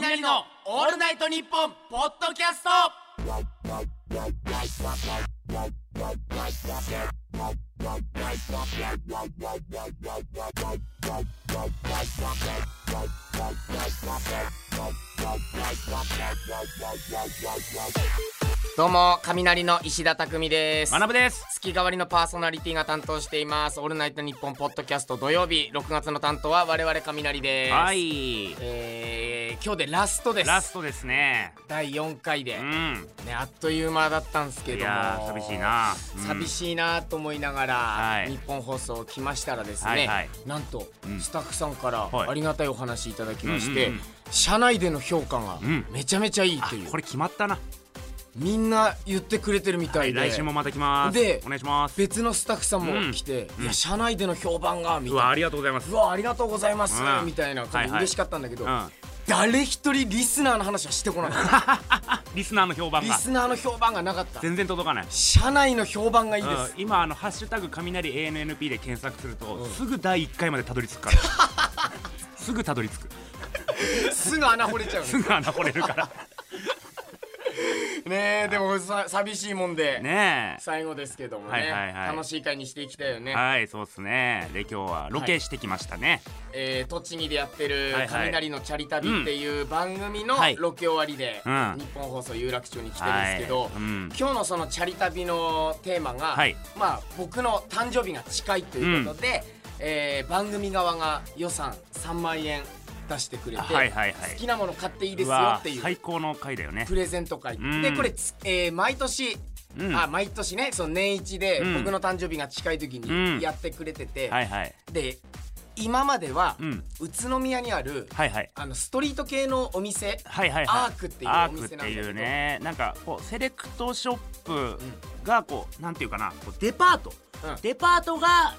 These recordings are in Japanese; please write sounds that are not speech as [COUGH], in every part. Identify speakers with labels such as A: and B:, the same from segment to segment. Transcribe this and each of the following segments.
A: 雷のオールナイトニッポンポッドキャストどうも雷の石田匠です
B: 学ぶです
A: 月替わりのパーソナリティが担当していますオールナイトニッポンポッドキャスト土曜日6月の担当は我々雷です
B: はい
A: えー今日でラストです
B: ラストですね
A: 第4回で、
B: うん
A: ね、あっという間だったんですけども
B: いやー寂しいなうん
A: 寂しいなと思いながら、
B: はい
A: 日本放送来ましたらですね、
B: はいはい
A: なんと
B: うん
A: スタッフさんから
B: はい
A: ありがたいお話いただきまして、
B: うんうんうん
A: 社内での評価が
B: うん
A: めちゃめちゃいい
B: あ
A: という、
B: これ決まったな
A: みんな言ってくれてるみたいで、
B: 来週もまた来ます
A: で
B: お願いします
A: 別のスタッフさんも来て、
B: うん
A: いや社内での評判がみ
B: うわ
A: た
B: あ
A: いな
B: りがとうございます
A: うわありがとうございます、
B: うん
A: みたいな
B: は
A: 感
B: い
A: じで
B: はい
A: 嬉しかったんだけど、
B: うん
A: 誰一人リスナーの話はしてこなかった。
B: リスナーの評判
A: リ
B: が
A: スナーの評判がなかった
B: 全然届かない
A: 社内の評判がいいで
B: うん
A: す、
B: 今あのハッシュタグ雷 ANNP で検索するとすぐ第一回までたどり着くから
A: [LAUGHS]
B: すぐたどり着く
A: すぐ穴掘れちゃう
B: すぐ穴掘れるから
A: ね [LAUGHS] ねえでもさ寂しいもんで、
B: ね
A: 最後ですけどもね、
B: はいはいはい
A: 楽しい会にしていきたいよ
B: え
A: ね、
B: はいそうっすねで今日はロケしてきましたね
A: えー栃木でやってる
B: は
A: 「
B: いはい
A: 雷のチャリ旅」っていう番組の
B: はい
A: ロケ終わりで、
B: うん
A: 日本放送有楽町に来てるんで
B: は
A: す
B: い
A: けど、
B: うん
A: 今日のそのチャリ旅のテーマが、
B: はい
A: まあ僕の誕生日が近いということで、えー番組側が予算3万円出してくれて、
B: あはいはいはい
A: 好きなもの買っていいです
B: う
A: よ
B: わ
A: っていう
B: 最高の回だよね
A: プレゼント会、
B: うん
A: でこれつ、えー毎年、
B: うん
A: あ
B: は
A: 毎年ねその年一で
B: うん
A: 僕の誕生日が近い時
B: うん
A: にやってくれてて、
B: いはい
A: で今までは、
B: うん
A: 宇都宮にある
B: はいはい
A: あのストリート系のお店
B: はいはいはい
A: アークっていう
B: ア
A: お
B: ークっ
A: 店なんだ
B: て
A: けど
B: いうねなんかこうセレクトショップがこうなんていうかなこうデパート
A: うん
C: デパートが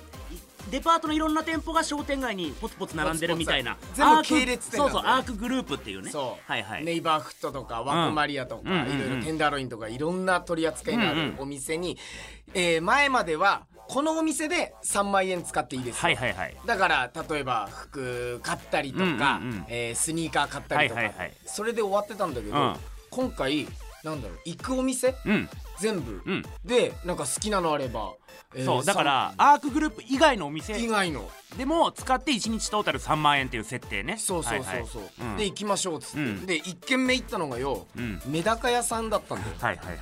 C: デパートのいろんな店舗が商店街にポツポツ並んでるみたいな
A: ポツポツ全部系列店
C: アークそう
A: なんだよ
C: そうアークグループっていうね
A: そう、
C: はいはい
A: ネイバーフットとかワクマリアとか、
B: うん
A: いろい
B: うんうんう
A: ろ
B: ん
A: テンダーロインとかいろんな取り扱いのあ
B: うん
A: る
B: うん
A: お店に、えー前まではこのお店で3万円使っていいですよ、
B: はいはいはい
A: だから例えば服買ったりとか、
B: うんうんうん
A: えースニーカー買ったりとか、
B: はいはいはい
A: それで終わってたんだけど、
B: うん
A: 今回なんだろう行くお店
B: うん
A: 全部、
B: うん
A: でなんか好きなのあれば、えー
B: そうだからアークグループ以外のお店
A: さん以外の
B: でも使って1日トータル3万円っていう設定ね
A: そうそうそうそう、
B: はいはいうん
A: で行きましょうっつって、
B: うん
A: で1軒目行ったのがよ、
B: うん
A: メダカ屋さんだったんだよ
B: はいはいはい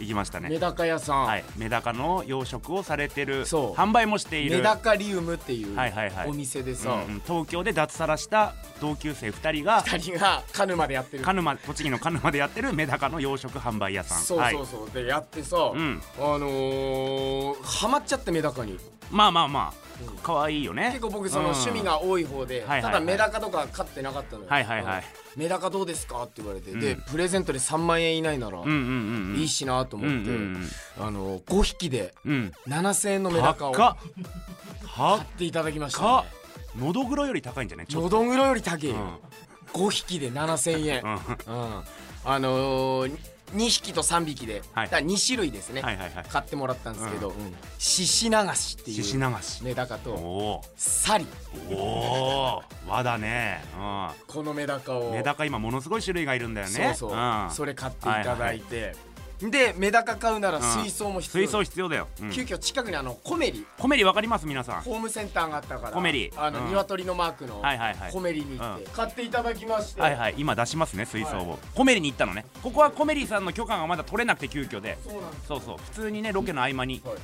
B: 行きました
A: メ
B: ね
A: ダカ屋さん、
B: はいメダカの養殖をされてる
A: そう
B: 販売もしている
A: メダカリウムっていう
B: はいはいはい
A: お店でさ、
B: うんうん東京で脱サラした同級生2人が
A: 二人がカヌマでやってる
B: 鹿沼栃木の鹿沼でやってるメダカの養殖販売屋さん
A: そう
B: はい
A: そうそう、でやってさ、
B: ん
A: あのー、ハマっちゃってメダカに
B: まあまあま
A: うん
B: あ可愛いよね
A: 結構僕その趣味が多い方で、
B: いはいはい
A: ただメダカとか飼ってなかったのよ、
B: はいはいはい
A: うんメダカどうですかって言われて、で
B: うん
A: プレゼントで3万円以内なら
B: うんうんうんうん
A: いいしなと思って、
B: うんうんうん
A: あの5匹で
B: うん
A: 7000円のメダカを買
B: 高っ高っ
A: っていただきました、
B: か
A: ね、
B: のどぐろより高いんじゃないちょっ
A: のどんぐろより高いよ、5匹で7000円、
B: うんうん
A: うんあのー、2匹と3匹で、
B: はい
A: だから2種類ですね、
B: はいはいはい
A: 買ってもらったんですけど、
B: う
A: うん獅子流しって
B: 獅
A: い
B: 子
A: う
B: 流し
A: メダカ
B: お
A: と
B: お
A: サリ
B: ーおー和だねう
A: このメダカを
B: んメダカ今ものすごい種類がいるんだよね
A: そうそう、
B: ん
A: それ買っていただいて、でメダカ買うなら水槽も必要、
B: 水槽必要だようん
A: 急遽近くにあのコメリ
B: コメリわかります皆さん
A: ホームセンターがあったから
B: コメリ
A: あの、
B: うん
A: 鶏のマークの
B: はいはいはい
A: コメリに行って、買っていただきまして、
B: はいはい今出しますね水槽を、コメリに行ったのねここはコメリさんの許可がまだ取れなくて急遽で
A: そうなんです
B: そうそう普通にねロケの合間に
A: はい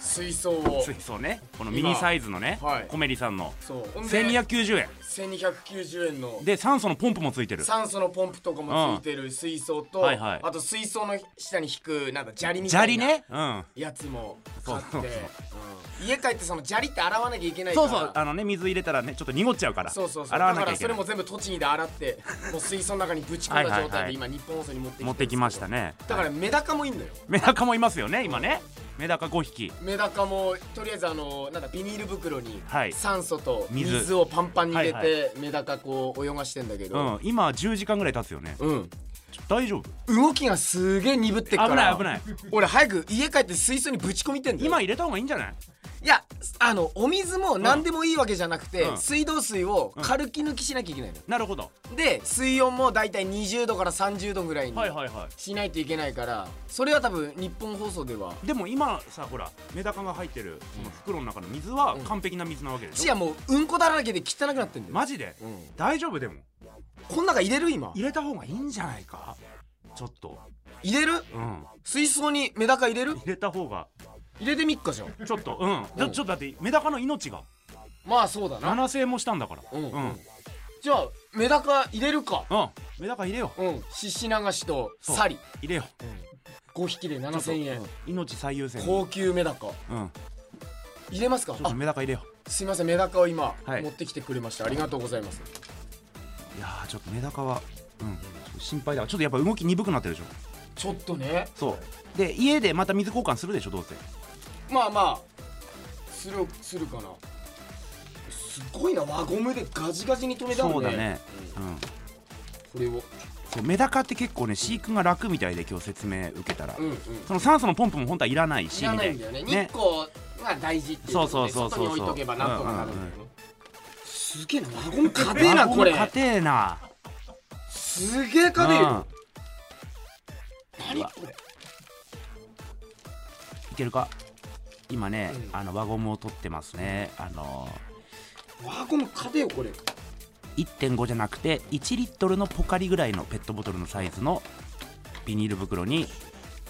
A: 水槽を
B: 水槽ねこのミニサイズのね、
A: はい
B: コメリさんの
A: そうほんで
B: 1290円
A: 1290円の
B: で酸素のポンプもついてる
A: 酸素のポンプとかもついてる水槽と、
B: うんはいはい
A: あと水槽の下に引くなんか砂利み
B: 砂
A: たい
B: 利
A: な
B: ねうん
A: やつも買って
B: そうそうそう
A: うん家帰ってその砂利って洗わなきゃいけないか
B: そ
A: ら
B: うそうあのね水入れたらねちょっと濁っちゃうから
A: そうそうそう
B: 洗わ
A: だか
B: なきゃ
A: ら
B: いけ
A: そ
B: な
A: れ
B: い
A: も全部栃木で洗ってもう水槽の中にぶち込んだ状
B: はいはい
A: 態
B: は
A: で
B: い
A: 今日本放送に持ってきてるんですけど
B: 持ってきましたね
A: だからメダカもいいんだよ
B: メダカもいますよね今ねメダカ5匹
A: メダカもとりあえずあのなんだビニール袋に
B: はい
A: 酸素と
B: 水
A: 水をパンパンに入れて、
B: はい
A: メダカこう泳がしてんだけ
B: う
A: ど
B: ん今10時間ぐらい経つよね
A: うん、
B: ちょ大丈夫
A: 動きがすげえ鈍ってっから
B: 危ない危ない
A: 俺早く家帰って水槽にぶち込みてんだよ
B: 今入れた方がいいんじゃない
A: いやあのお水も何でもいいわけじゃなくて、
B: うん
A: 水道水を軽き抜きしなきゃいけないの、
B: なるほど
A: で水温もだいたい20度から30度ぐらいに
B: はいはいは
A: しないといけないからそれは多分日本放送ではい
B: でも今さほらメダカが入ってるこの袋の中の水は
A: うん
B: 完璧な水なわけでし
A: チ
B: ょ、
A: アもううんこだらけで汚くなってんだよ、
B: マジで
A: うん、
B: 大丈夫でも
A: こん中入れる今
B: 入れた方がいいんじゃないかちょっと
A: 入れる
B: うん
A: 水槽にメダカ入れる
B: 入れた方が
A: 入れてみっかじゃん
B: ちょっとうんだ
A: うん
B: ちょっとだってメダカの命が
A: まあそうだな
B: 7生もしたんだから
A: うん
B: うんうん
A: じゃあメダカ入れるか
B: メダカ入れよう
A: うん獅子流しと
B: そう
A: サリ
B: 入れよ
A: 5匹で7000円
B: う命最優先に
A: 高級メダカ
B: うん
A: 入れますか
B: ちょっ
A: あ
B: とメダカ入れよ
A: すいませんメダカを今
B: はい
A: 持ってきてくれましたありがとうございます
B: ういやーちょっとメダカはうんちょっと心配だわちょっとやっぱ動き鈍くなってるでしょ
A: ちょっとね
B: そうで家でまた水交換するでしょどうせ
A: まあまあするするかなすごいな輪ゴムでガジガジに止めたん
B: そうだね
A: う
B: うんん
A: これを
B: そうメダカって結構ね飼育が楽みたいで今日説明受けたら、
A: うんうん
B: その酸素のポンプも本当はいらないし
A: いらないんだよね
B: み
A: 日
B: たいな
A: 光が大事っていうことで
B: そうそうそうそう
A: 外に置いとけばなんとかなるんだよ
B: うんう
A: ねすげえな輪ゴム硬えなこれ
B: あもう硬えな
A: すげえ硬えよ
B: う
A: 何これ
B: んいけるか今ね、
A: うん
B: あの輪ゴムを取ってますねあの
A: 輪ゴム硬えよこれ
B: ー1.5じゃなくて1リットルのポカリぐらいのペットボトルのサイズのビニール袋に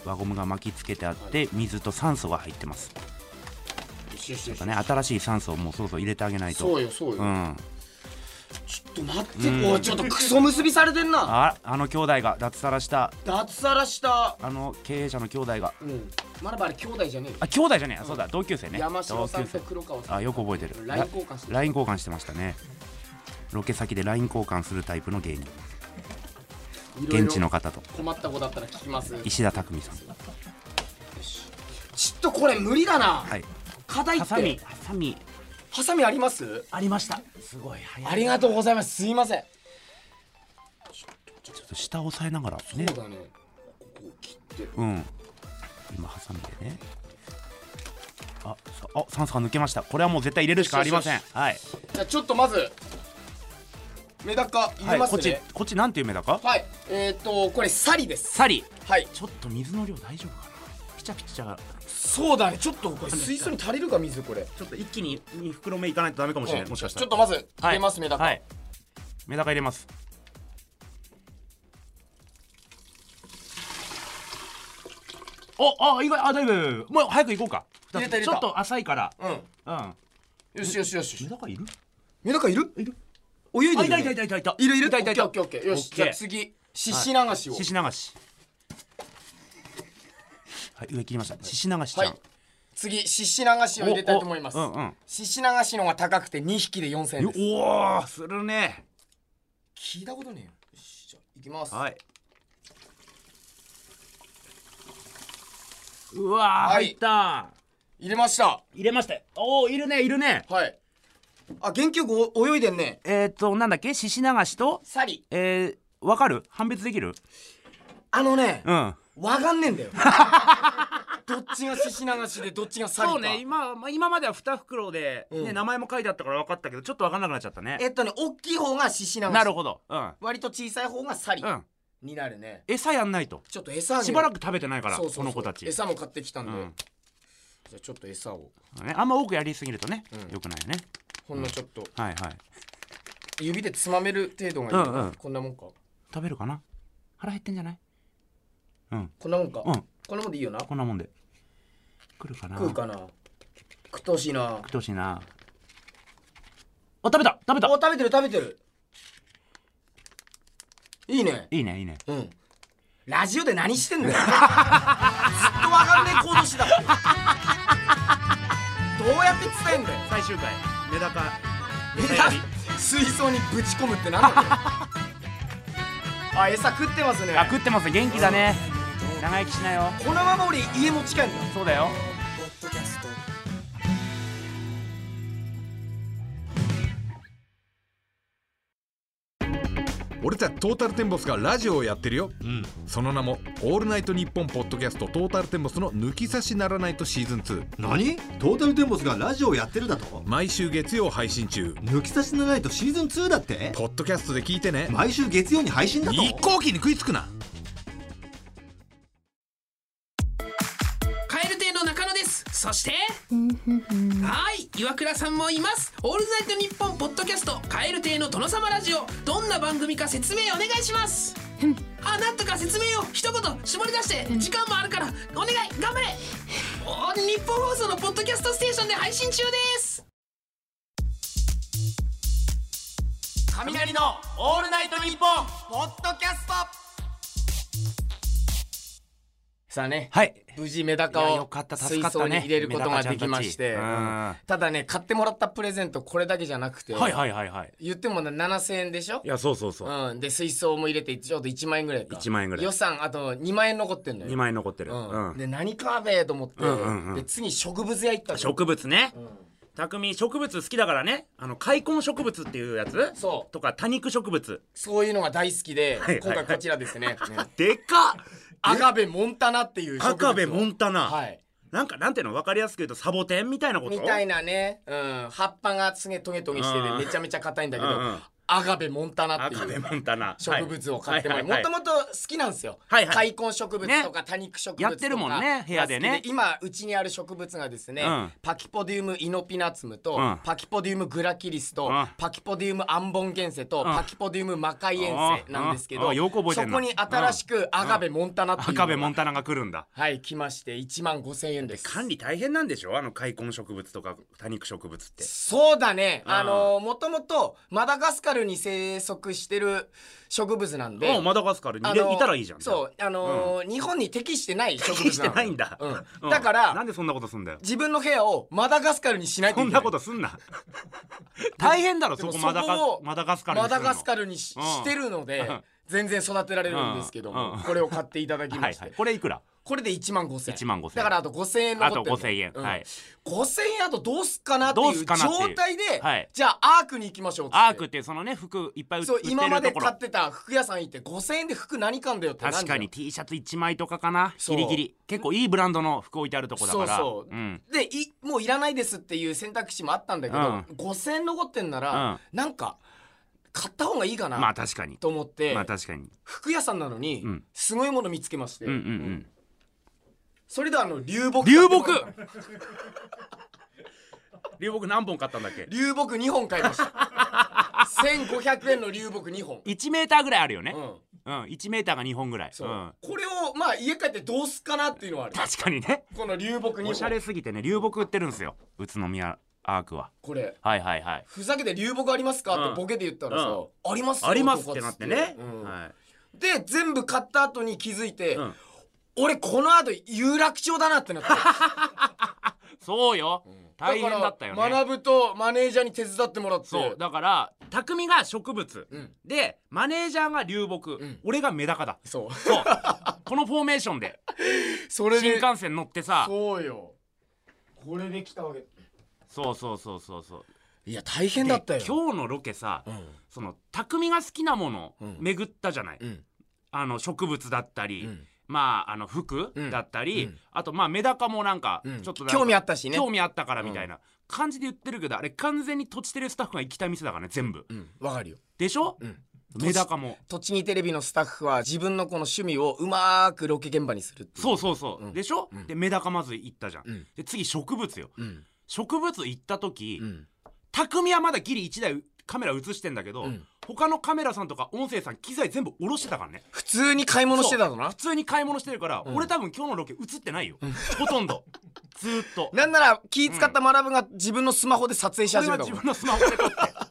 B: 輪ゴムが巻きつけてあって水と酸素が入ってます
A: よしよしよし
B: だね新しい酸素をもうそろそろ入れてあげないと
A: そうよそうよ、
B: うん
A: ちょっと待って、おいちょっとクソ結びされてんな
B: ああの兄弟が脱サラした
A: 脱サラした
B: あの経営者の兄弟が
A: うんまだまだ兄弟じゃねえよ
B: あ兄弟じゃねえや、そうだ同級生ね
A: 山城
B: 同
A: さ
B: 級
A: んと
B: 生
A: 黒川さん
B: あよく覚えてる
A: LINE 交換してる
B: LINE 交換してましたねロケ先で LINE 交換するタイプの芸人
A: いろいろ
B: 現地の方と
A: 困ったことあったら聞きますよ
B: 石田拓美さん
A: しちょっとこれ無理だな
B: はい
A: 硬いって
B: ハサミハサミ
A: ハサミあります
C: ありました
B: すごい早
A: ありがとうございますすいません
B: ちょっと下押さえながら
A: そう
B: ね
A: だねここを切って
B: うん今ハサミでねあさあ酸素が抜けましたこれはもう絶対入れるしかありません
A: よし
B: はい、
A: じゃあちょっとまずメダカ入
B: は
A: れ
B: い、
A: ま
B: こ
A: す
B: っち
A: ね
B: こっちなんていうメダカ
A: はいえっとこれサリです
B: サリ
A: はい
B: ちょっと水の量大丈夫かなピチャピチャ
A: そうだねちょっとこれ水槽に足りるか水これ
B: ちょっと一気に2袋目いかないとダメかもしれない、もしかした
A: ち
B: ら
A: ょっとまず
B: は
A: 入
B: い
A: れますメダカ、
B: はいメダカ入れますおあ意外あだいぶもう早く行こうか
A: 入れた入れ
B: ち
A: た
B: ょっと浅いから
A: う
B: うん
A: んよしよしよし
B: メダカいる
A: メダカいる
B: いる
A: 泳い
B: あ
A: で
B: い
A: るよ
B: た
A: ね
B: いたいたいたいた
A: いるいる
B: いたいたいた
A: オッケーオッケーオッケーよし
B: オッケー
A: じゃあ次獅子流しを
B: 獅子流しはい上切りました獅子流しちゃん、
A: はい次獅子流しを入れたいと思います
B: おおうんうん
A: 獅子流しのが高くて2匹で4000円
B: よ
A: です
B: おおするね
A: 聞いたことねえよよしじゃあいきます
B: はいうわー
A: はい
B: 入った
A: 入れました
B: 入れましたよおおいるねいるね
A: はいあ元気よくお泳いでんね
B: えっ、ー、となんだっけ獅子流しと
A: サリ
B: えー、わかる判別できる
A: あのね
B: うん
A: わかんねえんだ
B: [LAUGHS]
A: よどっちが獅子流しでどっちがサリか
B: そうね今まあ今までは2袋で、ね
A: うん
B: 名前も書いてあったから分かったけどちょっと分かんなくなっちゃったね
A: えっとね大きい方が獅子流し
B: なるほどうん
A: 割と小さい方がサリ
B: うん
A: になるね
B: 餌やんないと
A: ちょっと餌あげよう
B: しばらく食べてないから
A: そうそうそう
B: この子たち、
A: 餌も買ってきたんで
B: うん
A: じゃあちょっと餌を
B: ね、あんま多くやりすぎるとね、
A: うん
B: よくないよね
A: ほんのちょっと
B: はいはい
A: 指でつまめる程度がいいかな、
B: うんうん
A: こんなもんか
B: 食べるかな腹減ってんじゃないうん
A: こんなもんか、
B: うん
A: こんなもんでいいよな
B: こんなもんで来るかな
A: 食うかな食ってほしいな
B: 食ってほしいなお食べた食べ
A: お
B: た
A: 食べてる食べてるいいね
B: いいねいいね
A: うんラジオで何してん
B: [LAUGHS]
A: だよずっとわかんねえ行動してたもんどうやって伝えんだよ
B: 最終回メダカ
A: 水槽にぶち込むってなんだよあ餌食ってますね
B: あ食ってます元気だね長生きしなよ
A: このまま俺家持ち帰るんだ
B: そうだよ
D: 俺たちトータルテンボスがラジオをやってるよ
E: うん
D: その名も「オールナイトニッポン」ポッドキャストトータルテンボスの抜き差しならないとシーズン2
E: 何トータルテンボスがラジオをやってるだと
D: 毎週月曜配信中
E: 抜き差しならないとシーズン2だって
D: ポッドキャストで聞いてね
E: 毎週月曜に配信だと
D: 一向機に食いつくな
F: カエル亭の中野ですそしてはい岩倉さんもいますオールナイトニッポンポッドキャストカエル亭の殿様ラジオどんな番組か説明お願いしますあなんとか説明を一言絞り出して時間もあるからお願い頑張れお日本放送のポッドキャストステーションで配信中です
A: 雷のオールナイトニッポンポッドキャストさあね、
B: はい
A: 無事メダカ
B: いや
A: を
B: よかった
A: 水
B: 助かったね
A: 槽に入れることができまして
B: メダカちゃんたちうん
A: ただね買ってもらったプレゼントこれだけじゃなくて、
B: はいはいはいはい
A: 言ってもな7000円でしょ
B: いやそうそうそう、
A: うん、で水槽も入れてちょうど1万円ぐらいか
B: 1万円ぐらい
A: 予算あと2万円残ってんのよ
B: 2万円残ってる、
A: うん
B: うん
A: で何かべえと思って、
B: うんうんうん
A: で次植物屋行ったの
B: 植物ね、匠植物好きだからねあの開墾植物っていうやつ
A: そう
B: とか多肉植物
A: そういうのが大好きで、
B: はいはい
A: 今回こちらですね
B: でかっ
A: アガベモンタナっていう植物を
B: 赤部モンタナ、
A: はい
B: なんかなんていうの分かりやすく言うとサボテンみたいなこと
A: みたい
B: な
A: なね、うん、葉っぱがすげえトゲトゲして
B: う
A: て
B: ん
A: めちゃめちゃ硬いんだけど、
B: うんうん
A: アガベモンタナって
B: 赤
A: い
B: 部
A: う
B: モンタナ
A: 植物を買ってもら
B: は
A: う
B: いはい
A: も
B: は
A: と
B: い
A: もと好きなんですよ、
B: はいは
A: 開
B: い
A: 墾植物とか多肉植物とか、
B: やってるもんね部屋でね
A: が好き今うちにある植物がですね、
B: うん
A: パキポディウムイノピナツムと、
B: うん
A: パキポディウムグラキリスと、
B: うん
A: パキポディウムアンボンゲンセと、
B: ん
A: パキポディウムマカイエンセなんですけ
B: うん
A: ど、
B: うんよく覚えて
A: そ
B: んな
A: こに新しくアガベモンタナっていうのが
B: 赤部モンタナが来るんだ
A: はい来まして1万5000円です
B: 管理大変なんでしょあの開墾植物とか多肉植物って
A: そうだね、
B: うん
A: あのもともとマダガスカルに生息してる植物なんで
B: おうマダガスカルに、
A: あ
B: で
A: の
B: いたらいいじゃん
A: そうあのー日本に適してない植物なの
B: 適してないんだ、
A: うん
B: うん
A: だから
B: なんでそんなことすんだ [LAUGHS] よ
A: 自分の部屋をマダガスカルにしないと
B: そ
A: い
B: ん
A: けな
B: ないことすんな [LAUGHS] 大変だろ
A: で
B: そ
A: も
B: こマダガ
A: そこを
B: マダガスカルに
A: マ
B: する
A: ダ
B: の
A: ガスカルにし
B: うん
A: してるので
B: うん
A: 全然育てられるんですけども、
B: うんうん
A: これを買っていただき
B: は
A: ま
B: い
A: して、
B: はいこれいくら
A: これで1万5千円
B: 1万5000
A: だからあと5千円残ってんの
B: あと5000円はい
A: 5000円あとどうすっかなって
B: どう
A: い
B: すっ
A: う
B: かなっていう
A: 状態で、
B: はい
A: じゃあアークに行きましょうっつって
B: アークっていうそのね服いっぱい売って
A: そう
B: 売ってる
A: 今まで
B: とこ
A: 買
B: ろ
A: ってた服屋さん行って5000円で服何買うんだよってなんだよ
B: 確かに T シャツ1枚とかかな
A: そう
B: ギリギリ結構いいブランドの服置いてあるとこだから
A: そうそう、
B: ん、
A: でいもういらないですっていう選択肢もあったんだけど、
B: うん
A: 5,000円残ってんなら、なんか買った方がいいかな、
B: まあ確かに
A: と思って、
B: まあ確かに
A: 服屋さんなのに、
B: ん
A: すごいもの見つけまして、
B: うんうんうん
A: それであの流木
B: 流木流木何本買ったんだっけ
A: 流木2本買いました1500円の流木2本、
B: 1メーターぐらいあるよね
A: う、ん
B: うん1メーターが2本ぐらい
A: そう
B: うん、
A: これをまあ家帰ってどうすっかなっていうのはある
B: 確かにね
A: この流木2本
B: おしゃれすぎてね流木売ってるんですよ宇都宮アークは
A: これ
B: はいはいはい
A: ふざけて流木ありますか、
B: うん
A: ってボケで言ったらさ、
B: う
A: ありますよ
B: ありますっ
A: と
B: て
A: か
B: な
A: つ
B: ってね、
A: うん
B: はい
A: で全部買った後に気づいて、
B: うん
A: 俺この後有楽町だなってなって
B: そうよ、 [LAUGHS] 大変だったよね
A: から学ぶとマネージャーに手伝ってもらって
B: そうだから匠が植物、
A: ん
B: でマネージャーが流木、
A: ん
B: 俺がメダカだ
A: そう
B: そうこのフォーメーショ
A: [LAUGHS]
B: ンで
A: それ
B: 新
A: で
B: 幹線乗ってさ
A: そうよこれで来たわけ
B: そうそうそうそうそう
A: いや大変
B: で
A: だったよ
B: 今日のロケさ、その匠が好きなもの
A: うん
B: 巡ったじゃない、
A: うん
B: あの植物だったり、
A: うん
B: まああの服
A: うん
B: だったり、
A: うん
B: あとまあメダカもなんか、
A: うん
B: ちょっとなんか
A: 興味あったしね
B: 興味あったからみたいな感じで言ってるけどあれ完全に土地テレスタッフが行きた店だからね全部、
A: うんわかるよ
B: でしょ、
A: ん
B: メダカも
A: 栃木テレビのスタッフは自分のこの趣味をうまーくロケ現場にするってい
B: そうそうそう、
A: うん
B: でしょ、
A: うん
B: でメダカまず行ったじゃん、
A: うん
B: で次植物よ
A: うん
B: 植物行った時、
A: うん
B: 匠はまだギリ1台カメラ映してんだけど、
A: ん
B: 他のカメラさんとか音声さん機材全部下ろしてたからね
A: 普通に買い物してたのな
B: 普通に買い物してるから、俺多分今日のロケ映ってないよ、ほとんどずーっ
A: [LAUGHS]
B: と
A: なんなら気使った学ぶが自分のスマホで撮影し
B: これ
A: 始め
B: は
A: た
B: 自
A: もん
B: 分のスマホで撮って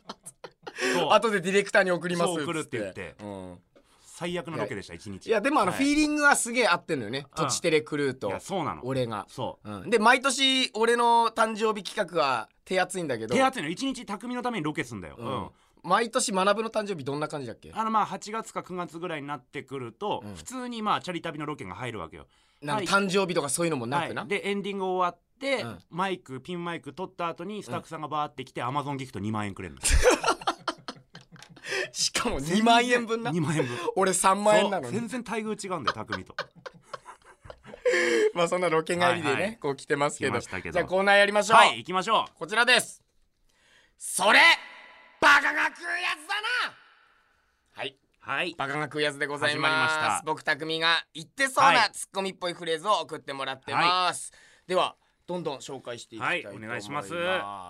B: そう
A: 後でディレクターに送ります
B: そう送るって
A: つ
B: 言って
A: うん
B: 最悪のロケでした一日
A: いやでもあの
B: は
A: フィーリングはすげえ合ってんのよね、
B: うん
A: 土地テレクルーと
B: いやそうなの
A: 俺が、
B: そう
A: ん、で毎年俺の誕生日企画は手厚いんだけど
B: 手厚いの一日匠のためにロケすんだよ、
A: う
B: うんん
A: 毎年学ぶの誕生日どんな感じだっけ
B: あのまあ8月か9月ぐらいになってくると、普通にまあチャリ旅のロケが入るわけよ。
A: なんか
B: はい
A: 誕生日とかそういうのもなくな、
B: はいでエンディング終わって、
A: うん
B: マイクピンマイク取った後にスタッフさんがバーって来て、アマゾンギフト2万円くれるの
A: しかも2万円分な
B: 2万円分
A: 俺3万円なの
B: そう
A: に
B: 全然待遇違うんだよ匠と
A: まあそんなロケ帰りでね、
B: はいはい
A: こう来てますけ
B: 来
A: ど
B: ましたけど
A: じゃあコーナーやりましょう、
B: はい行きましょう
A: こちらですそれバカが食うやつだなはい
B: はい
A: バカが食うやつでございます
B: 始まりました
A: 僕匠が言ってそう
B: は
A: ないツッコミっぽいフレーズを送ってもらってます、ではどんどん紹介していきたいと思います,、
B: はいお願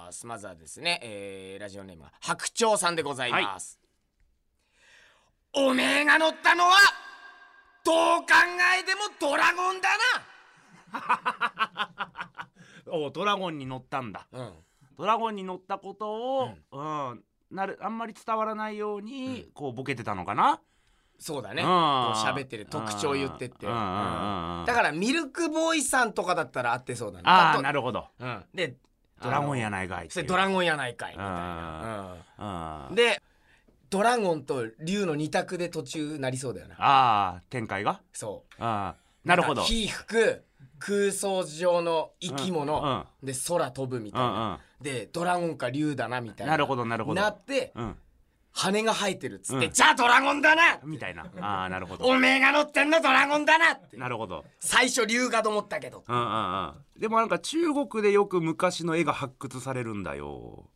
B: いします
A: まずはですね、えーラジオネームは白鳥さんでございます、おめえが乗ったのはどう考えてもドラゴンだ
B: おドラゴンに乗ったんだ
A: なうん
B: ドラゴンに乗ったことを、うんなるあんまり伝わらないように、こうボケてたのかな
A: そうだね
B: うん
A: こう喋ってる特徴言ってって
B: うんうんうんうん
A: だからミルクボーイさんとかだったら合ってそうだね
B: あ
A: と
B: あなるほど
A: うん、で
B: ドラゴンやないかい
A: それドラ
B: ン
A: ゴンやないかいみたいな、うんでドラゴンと竜の二択で途中なりそうだよな
B: ああ展開が
A: そう
B: あーなるほど
A: んか火吹く空想上の生き物、
B: うん
A: で空飛ぶみた
B: う
A: い
B: んう
A: な、
B: ん
A: でドラゴンか竜だなみたいな
B: なるほどなるほど
A: なって
B: うん
A: 羽が生えてるっつって、
B: うん
A: じゃあドラゴンだな
B: み [LAUGHS] たいなああなるほど
A: おめえが乗ってんのドラゴンだなって
B: なるほど
A: 最初竜がと思ったけど
B: うんうんうんでもなんか中国でよく昔の絵が発掘されるんだよ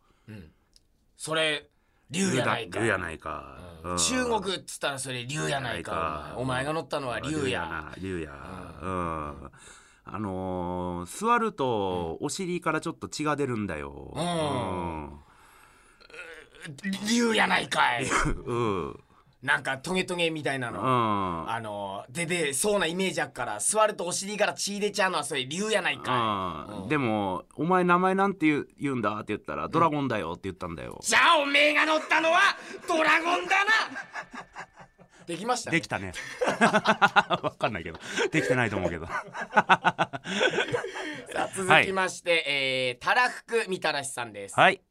A: それ竜やないか
B: 竜やないか、うん
A: 中国っつったらそれ竜やないかお前お前が乗ったのは竜や
B: 竜やうんあのー座るとお尻からちょっと血が出るんだよ
A: ん竜やないかい
B: うんうん
A: なんかトゲトゲみたいな
B: う
A: の
B: ん
A: あの出てそうなイメージやっから座るとお尻から血出ちゃうのはそれ竜やないか
B: うんでも「お前名前なんて言う言うんだ」って言ったら「ドラゴンだよ」って言ったんだよ
A: い、じゃあおめえが乗ったのはドラゴンだなできましたね
B: できたねわかんないけどできてないと思うけど
A: さあ続きまして、えーたらふくみたらしさんです、
B: はい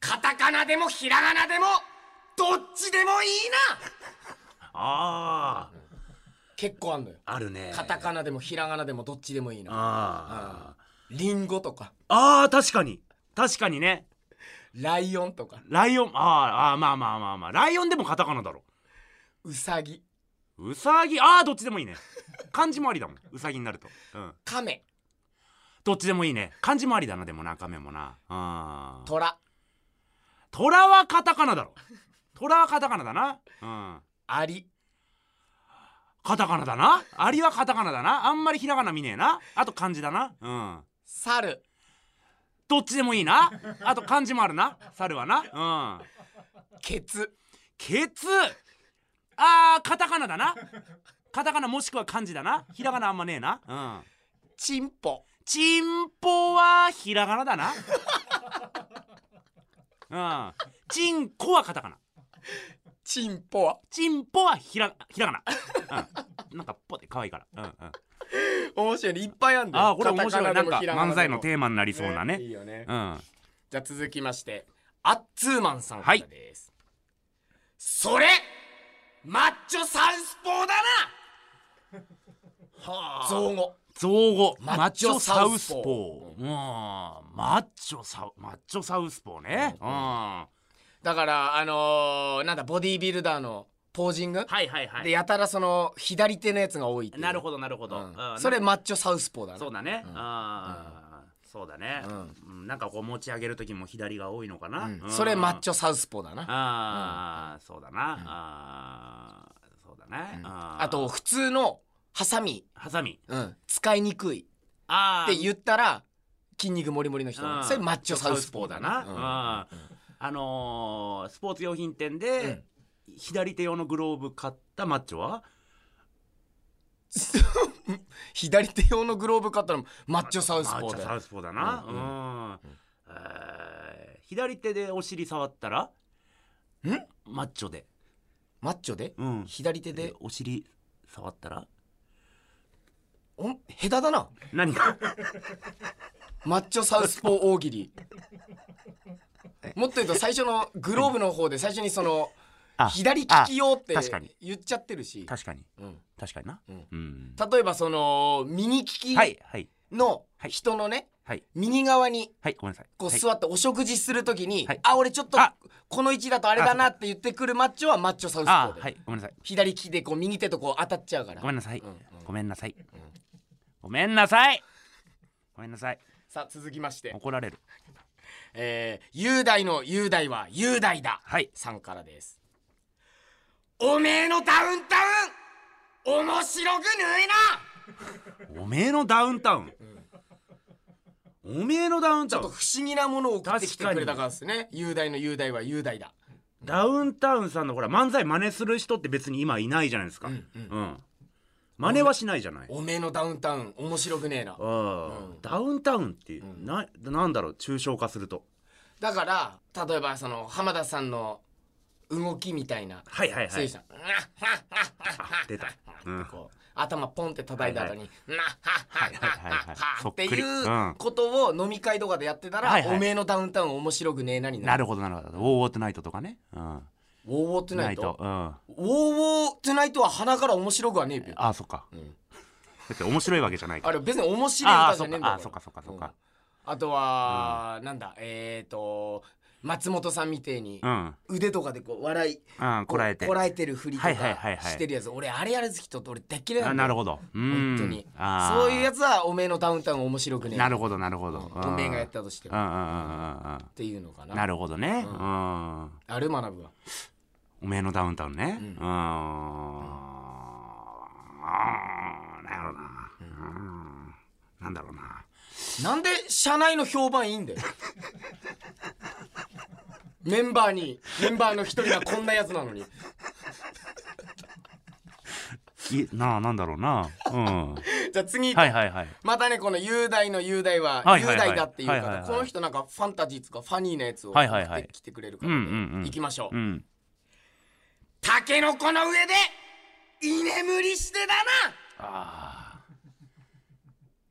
A: カタカナでもひらがなでもどっちでもいいな
B: あー
A: 結構あんのよ
B: あるね
A: カタカナでもひらがなでもどっちでもいいな
B: あ
A: リンゴとか
B: ーあー確かに確かにね
A: ライオンとか
B: ライオンあーあーまあまあまあまあライオンでもカタカナだろ
A: ウサギ
B: うさぎああどっちでもいいね漢字もありだもんうさぎになると、うん、
A: カメ
B: どっちでもいいね漢字もありだなでも中目もなあー
A: トラ
B: 虎はカタカナだろ虎はカタカナだなうん
A: アリ
B: カタカナだなアリはカタカナだなあんまりひらがな見ねえなあと漢字だなうん
A: サル
B: どっちでもいいなあと漢字もあるな猿はなうん
A: ケツ
B: ケツあーカタカナだなカタカナもしくは漢字だなひらがなあんまねえなうん
A: チンポ
B: チンポはひらがなだな。うん。チンコはカタカナ。
A: チンポは
B: チンポはひらひらがな。うん。なんかポで可愛いから。うんうん。あ
A: 面白いねいっぱいあんだよ
B: あー、これ面白い。なんか漫才の
A: マ
B: テーマになりそうなね。
A: いいよね
B: うん。
A: じゃあ続きましてアッツーマンさんからです、それマッチョサウスポーだ
B: [LAUGHS]
A: なはあ造語
B: 造語。
A: マ
B: マ
A: ッ
B: ッ
A: チ
B: チ
A: ョ
B: ョ
A: サ
B: サ
A: ウ
B: ウ
A: ス
B: ス
A: ポ
B: ポー。うん。マッチョサウ、マッチョサウスポーね。うん。は
A: だからあのー、なんだボディービルダーのポージング、
B: いはいは
A: で。やたらその左手のやつが多いっていう
B: なるほどなるほど。
A: うん
B: うん
A: それマッチョサウスポーだな
B: そうだね。ああ、そうだね。うんなんかこう持ち上げる時も左が多いのかな。
A: うんそれマッ
B: ョ。
A: チョサウスポーだな
B: ああ、そうだな。ああ、そうだね。あー
A: あと、普通のハサミ、
B: ハサミ。
A: うん、使いにくい
B: あ
A: っ
B: あ
A: て言ったら筋肉もりもりの人
B: うん
A: それマッチョサウスポーだ
B: う
A: な、
B: んあのースポーツ用品店で左手用のグローブ買ったマッチョは
A: [LAUGHS] 左手用のグローブ買ったらマッチョサウスポー
B: マッチ
A: だ
B: ョサ
A: よ
B: ウスポーだな。うんえー左手でお尻触ったらマッチョで。
A: マッチョで、
B: うん
A: 左手
B: で
A: で
B: お尻触ったら
A: おん下手だな
B: 何が
A: マッチョサウスポー大喜
B: [LAUGHS]
A: 利もっと言うと最初のグローブの方で最初にその
B: あ
A: 左利き用って
B: あ確かに
A: 言っちゃってるし
B: 確かに
A: うん
B: 確かになうん、
A: 例えばその右利き
B: はいはい
A: の
B: はい
A: 人のね、
B: はい
A: 右側に
B: はいごめんなさい
A: こう
B: はい
A: 座ってお食事するときに、
B: はい
A: あ俺ちょっと
B: あ
A: この位置だとあれだなって言ってくるマッチョはマッチョサウスポ
B: あ
A: ーで、
B: ーはいごめんなさい
A: 左利きでこう右手とこう当たっちゃうから
B: ごめんなさい、
A: うんうん
B: ごめんなさい、ごめんなさいごめんなさい
A: さあ続きまして、
B: 怒られる
A: えー、雄大の雄大は雄大だ、
B: はい
A: さんからですおめえのダウンタウン面白くねえ
B: おめえのダウンタウン、おめえのダウンタ
A: な
B: ウ
A: と
B: ン
A: 不思議なものを送ってきてくれたからですね雄大の雄大は雄大だ
B: ダウンタウンさんのほら漫才真似する人って別に今いないじゃないですかうん、真似はしないじゃない
A: おめえのダウンタウン面白くねえな
B: あーダウンタウンって、ななんだろう抽象化すると
A: だから例えばその浜田さんの動きみたいな
B: はいはい
A: そ
B: は
A: う
B: い
A: いう人「なっはっはっはっは」
B: 出た
A: ってこう頭ポンって叩いた後に「なっはっはっ
B: はいは
A: は
B: いは
A: っは」
B: いそ
A: っ
B: ってくり
A: いうことを飲み会とかでやってた
B: はいは
A: ら「
B: い
A: おめえのダウンタウン面白くねえな」にな
B: な
A: る
B: るほどなるほど「ウォーウォートナイト」とかね「うん、
A: 「ウォーウォートゥナ
B: ナ
A: イ
B: イ
A: ト
B: ト」」う
A: 「ウ
B: ん
A: ォーウォートゥナイト」は鼻から面白くはねえべよ
B: ああそっか、だって面白いわけじゃないか
A: あ
B: ら
A: れ別に面白い
B: ああ
A: 歌じ
B: そ
A: ゃ
B: っ
A: ねえん
B: か
A: だ
B: あ
A: ら
B: そっかそっかそっ
A: うん
B: か
A: あとはなんだえっと松本さんみてえに
B: うん
A: 腕とかでこう笑い
B: うんこらえて
A: こらえてるふりとか
B: はいはいはいはい
A: してるやつ俺あれやる人って俺大っ嫌いな
B: あ
A: んだ
B: なる
A: ほ
B: ほど
A: 本
B: 本
A: 当に
B: あ
A: そういうや
B: つ
A: つはおめえのダウンタウン面白くねえ
B: なるほどなるほど
A: おめえがやったとして
B: う
A: もっ
B: んうんうんうんうんうん
A: ていうのかな
B: なるほどねうん
A: ある学ぶは
B: おめえのダウンタウンね。
A: う
B: うんん。うーんなんやろうな。うんなんだろうな。
A: なんで社内の評判いい
B: [LAUGHS]
A: んだよメンバーにメンバーの一人がこんなやつなのに
B: いなあ、なんだろうな。う
A: [LAUGHS]
B: ん。は
A: じゃあ次、
B: いはいはい。
A: またねこの雄大の雄大は
B: はい
A: 雄
B: はいはい
A: 大だっていう
B: はいはい
A: 方
B: はい
A: この人なんかファンタジーっつうかファニーなやつを送
B: はいはいは
A: っ
B: い
A: てきてくれるから
B: うんうんうん
A: ね行きましょ
B: う。
A: うんタケノコの上で居眠りしてだな
B: ああ。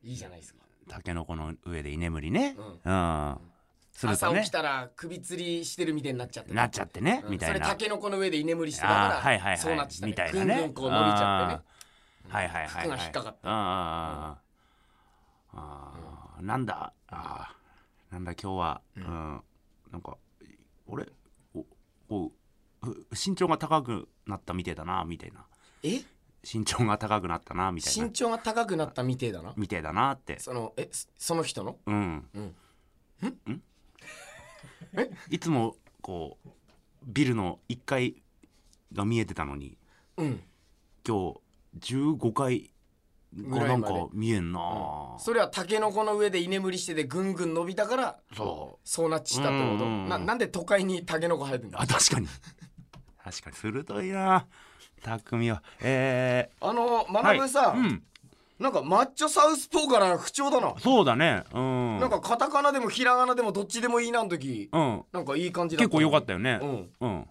A: いいじゃないですか
B: タケノコの上で居眠りね。うん。する
A: 朝
B: と
A: 起
B: ね
A: き。たら首吊りしてるみたいになっちゃってね
B: なっちゃってね
A: う。ん
B: みたい
A: それ
B: な
A: タ。ケノコの上で居眠りしてたから、
B: ああ、はいはいはい。
A: そうなってたね
B: みたいなね。
A: ぐんぐんこう伸びちゃってね
B: うんはいはいはいはい。
A: 服が引っかかった
B: うんうんうんうん。ああ、なんだ。ああ、なんだ今日は。うん。なんか、俺、おこうう身長が高くなったみてえだな、みたいな。
A: え
B: 身長が高くなったな、みたいな
A: 身。長が高くなったみてえだな
B: みてえだなって。
A: そのえそその人の
B: うん。
A: うん
B: んいつも、こう、ビルの1階が見えてたのに。
A: うん
B: 今日15回
A: ぐ
B: こ
A: ら
B: ないん
A: まで
B: か見えんな、
A: それはタケノコの上で居眠りしててぐんぐん伸びたから
B: そう
A: そうなっちったってこと
B: うんうんうん
A: ななんで都会にタケノコ生えてんだ
B: あ確
A: [LAUGHS]
B: かに確かに鋭いな匠はえ
A: あの
B: ー、
A: マナ
B: は
A: ブ
B: い
A: さ、
B: うん、
A: なんかマッチョサウスポーから不調だな、
B: そうだねうん
A: なんかカタカナでもひらがなでもどっちでもいいなの時、
B: うん
A: なんかいい感じだった
B: 結構良かった
A: よ
B: よね
A: うん
B: うん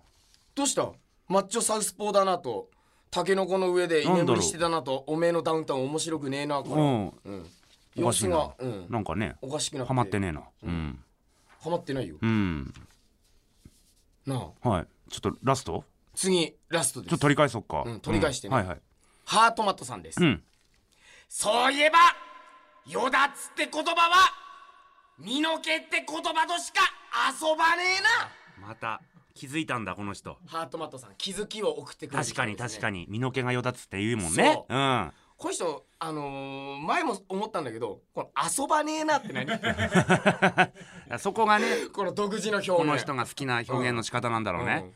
A: どうしたマッチョサウスポーだなとタケノコの上で居眠りしてたなとおめえのダウンタウン面白くねえなから、
B: うん、
A: うん、
B: お
A: 様
B: かし
A: 子
B: い
A: が
B: な、、
A: うん、
B: なんかね
A: おかしくなって
B: ハマってねえなうん、
A: ハマってないよ
B: うん
A: なあ
B: はいちょっとラスト
A: 次ラストで
B: ちょっと
A: す
B: 取り返そうか、
A: うん取り返してね
B: うんはいはい
A: ハートマットさんです、
B: うん
A: そういえばよだつって言葉は身の毛って言葉としか遊ばねえな
B: また気づいたんだこの人
A: ハートマットさん気づきを送ってくれる
B: 確
A: 人
B: かに
A: ですね
B: 確かに身の毛がよだつって言うもんね
A: そう
B: うんあ
A: この人あのー前も思ったんだけどこの遊ばねえなって
B: [LAUGHS]
A: 何
B: そこがね
A: この独自の表現
B: この人が好きな表現の仕方なんだろうね、
A: うん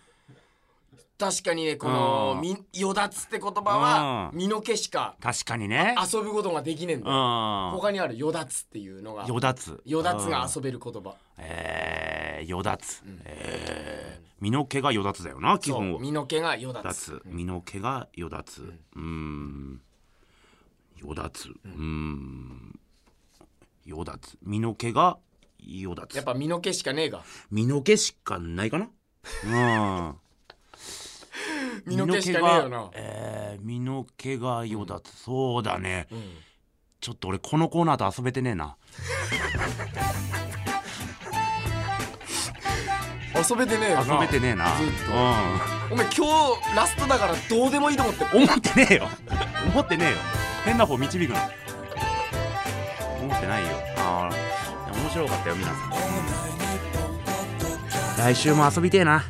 A: 確かにねこの
B: うん
A: み「よだつ」って言葉は
B: うん
A: 身の毛しか
B: 確かにね
A: 遊ぶことができねえん
B: う
A: だよ
B: ん
A: 他にある「よだつ」っていうのが
B: よだつ
A: よだつが
B: うん
A: 遊べる言葉
B: えー、よだつ、えー、身の毛がよだつだよな基
A: そ
B: 本
A: う
B: は
A: 身の毛がよだ
B: よだ
A: つ
B: つ身の毛がよだつうんよだつうんよだつ身の毛がよだ
A: やっ
B: つ
A: ぱ身の毛しかねえが
B: 身の毛しかないかなうん
A: [LAUGHS] 身の毛しかねえよな
B: 身の毛がえー、身の毛がよだつ、そうだね、
A: ん
B: ちょっと俺このコーナーと遊べてねえな
A: 遊べてねえよな
B: 遊べてねえな
A: ずっお前今日ラストだからどうでもいいと思って
B: [LAUGHS] うん、思ってねえよ思ってねえよ変な方導くな思ってないよああ面白かったよ皆さん来週も遊びてえな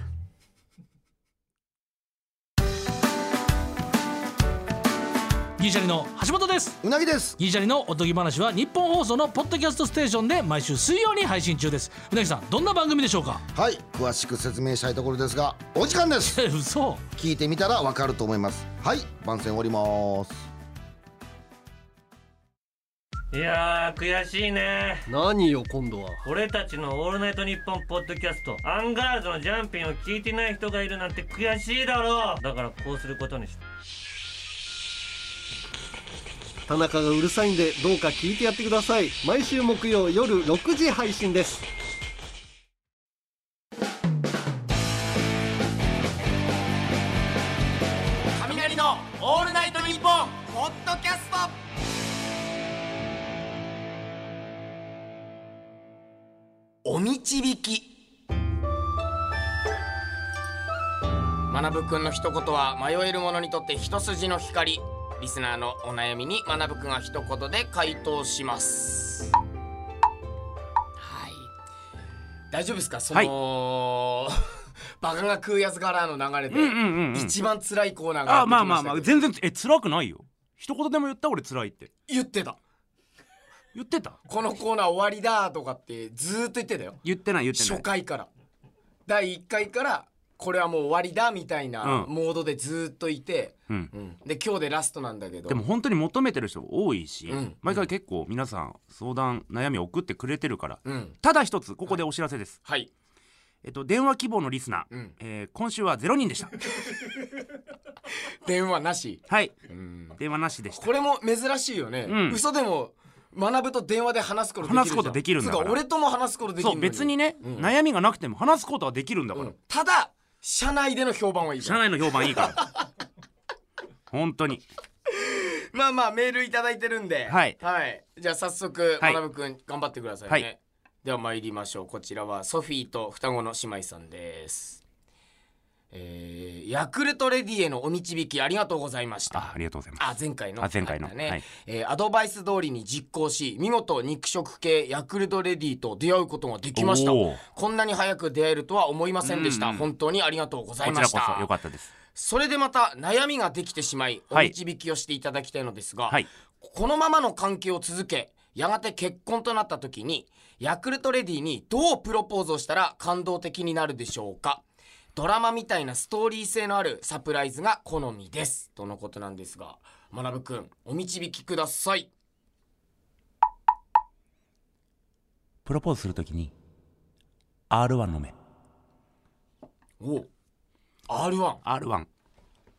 G: ギリシャリの橋本です
H: うなぎです
G: ギリシャリのおとぎ話は日本放送のポッドキャストステーションで毎週水曜に配信中ですうなぎさんどんな番組でしょうか
H: はい詳しく説明したいところですがお時間です
G: え嘘
H: 聞いてみたらわかると思いますはい番宣終わります
I: いやー悔しいね
J: 何よ今度は
I: 俺たちの「オールナイトニッポン」ポッドキャストアンガールズのジャンピンを聞いてない人がいるなんて悔しいだろうだからこうすることにした
J: 田中がうるさいんでどうか聞いてやってください毎週木曜夜6時配信です
A: 雷のオールナイトニッポンポッドキャストお導き学ぶくんの一言は迷える者にとって一筋の光リスナーのお悩みに学ぶくんは一言で回答しますはい大丈夫ですかその、 [LAUGHS] バカが食うやつからの流れで、
B: うんうんうん
A: 一番辛いコーナーがや
B: あ
A: ってき
B: まあ
A: し
B: ま
A: た
B: あま
A: け
B: あ
A: ど
B: 全然え辛くないよ一言でも言った俺辛いって
A: 言ってた
B: 言ってた
A: このコーナー終わりだとかってずーっと言ってたよ
B: 言ってない言ってない
A: 初回から第1回からこれはもう終わりだみたいな
B: うん
A: モードでずーっといて、
B: うん
A: うんで今日でラストなんだけど
B: でも本当に求めてる人多いし、
A: うん
B: 毎回結構皆さん相談悩み送ってくれてるから、
A: うん
B: ただ一つここでお知らせです、
A: はい
B: えっと電話希望のリスナー、
A: うん
B: えー今週は0人でした
A: [LAUGHS] 電話なし、
B: はい
A: うん、
B: 電話なしでした
A: これも珍しいよね、
B: うん
A: 嘘でも学ぶと電話で話すことできるじゃん
B: 話すことできるんだから
A: つう俺とも話すことできる
B: そ
A: の
B: う
A: に
B: 別にね、
A: うん
B: 悩みがなくても話すことはできるんだか
A: う
B: ら、
A: んただ社内での評判はいいか
B: 社
A: ら
B: 内の評判いいから
A: [LAUGHS]
B: 本当に
A: まあまあメールいただいてるんでは
B: はい
A: じゃあ早速
B: はい
A: まなぶくん頑張ってくださいね、
B: はい
A: では参りましょうこちらはソフィーと双子の姉妹さんですえー、ヤクルトレディへのお導きありがとうございました
B: あありがとうございます
A: あ前回の
B: あ前回の
A: あったね、
B: はい
A: えーアドバイス通りに実行し見事肉食系ヤクルトレディと出会うことができました
B: おー
A: こんなに早く出会えるとは思いませんでした、本当にありがとうござい
B: こち
A: ま
B: ら
A: し
B: こ
A: た
B: そ良かったです
A: それでまた悩みができてしまいお
B: はい
A: 導きをしていただきたいのですが、
B: はい
A: このままの関係を続けやがて結婚となった時にヤクルトレディにどうプロポーズをしたら感動的になるでしょうかドラマみたいなストーリー性のあるサプライズが好みですとのことなんですが学くんお導きください
B: プロポーズするときに R1 飲め
A: お R1
B: R1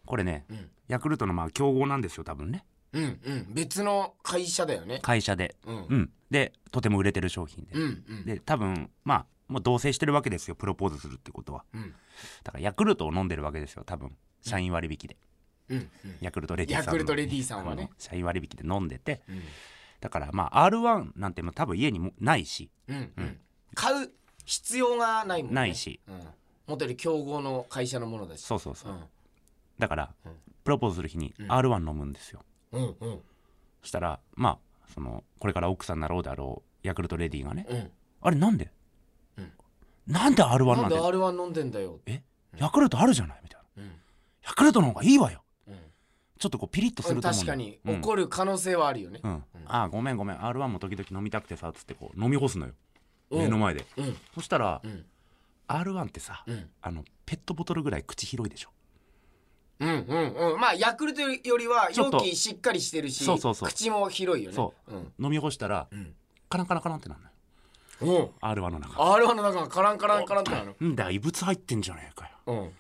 B: これね、ヤクルトのまあ競合なんですよ多分ね
A: うんうん別の会社だよね
B: 会社で、
A: うん
B: でとても売れてる商品で、
A: うんうん
B: で多分まあもう同棲してるわけですよプロポーズするってことは、
A: ん
B: だからヤクルトを飲んでるわけですよ多分社員割引で、
A: うん
B: ヤクルトレディさんの
A: ヤクルトレディさんはね
B: あの社員割引で飲んでて、だからまあ R1 なんてもう多分家にもないし
A: うんうん買う必要がないもんね
B: ないし、
A: うん、もとより競合の会社のものだし
B: そうそうそう、
A: うん
B: だから、プロポーズする日に R1 飲むんですよ、
A: うんうん
B: そしたらまあそのこれから奥さんになろうだろうヤクルトレディがね、
A: うん
B: あれなんで、なんで R1
A: な
B: なんん
A: で
B: で
A: R1 飲んでんだよ
B: えヤクルトあるじゃないみたいな、
A: うん
B: ヤクルトの方がいいわよ、
A: うん
B: ちょっとこうピリッとすると思う
A: 確かに
B: うん
A: 怒る可能性はあるよね
B: うんああごめんごめん R1 も時々飲みたくてさつってこう飲み干すのよ
A: うん
B: 目の前で、
A: うん
B: そしたら、
A: ん
B: R1 ってさ、
A: ん
B: あのペットボトルぐらい口広いでしょ
A: うんうんうんまあヤクルトよりは
B: ちょ
A: 容
B: っと
A: 器しっかりしてるし
B: そうそうそう
A: 口も広いよね
B: そう、
A: ん
B: 飲み干したら、カランカランカランってなんのよ
A: うん
B: R1 の中
A: R1 の中がカランカランカランってなる
B: んだよ異物入ってんじゃねえかよ
A: のうん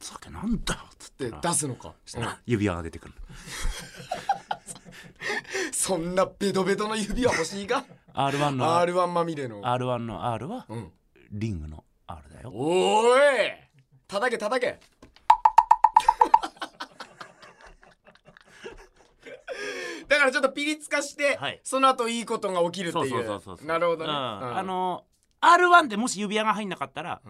B: つわけなんだよつって
A: で出すのか、うん
B: 指輪が出てくる
A: そんなベトベトの指は欲しい
B: [LAUGHS]
A: が
B: R1 の R1
A: R1 まみれの
B: の R は、
A: ん
B: リングの R だよ
A: おい叩け叩け [LAUGHS] だからちょっとピリつかして、
B: はい
A: その後いいことが起きるっていうなるほどね、
B: うん
A: うん
B: あの R1 でもし指輪が入んなかったら、
A: ん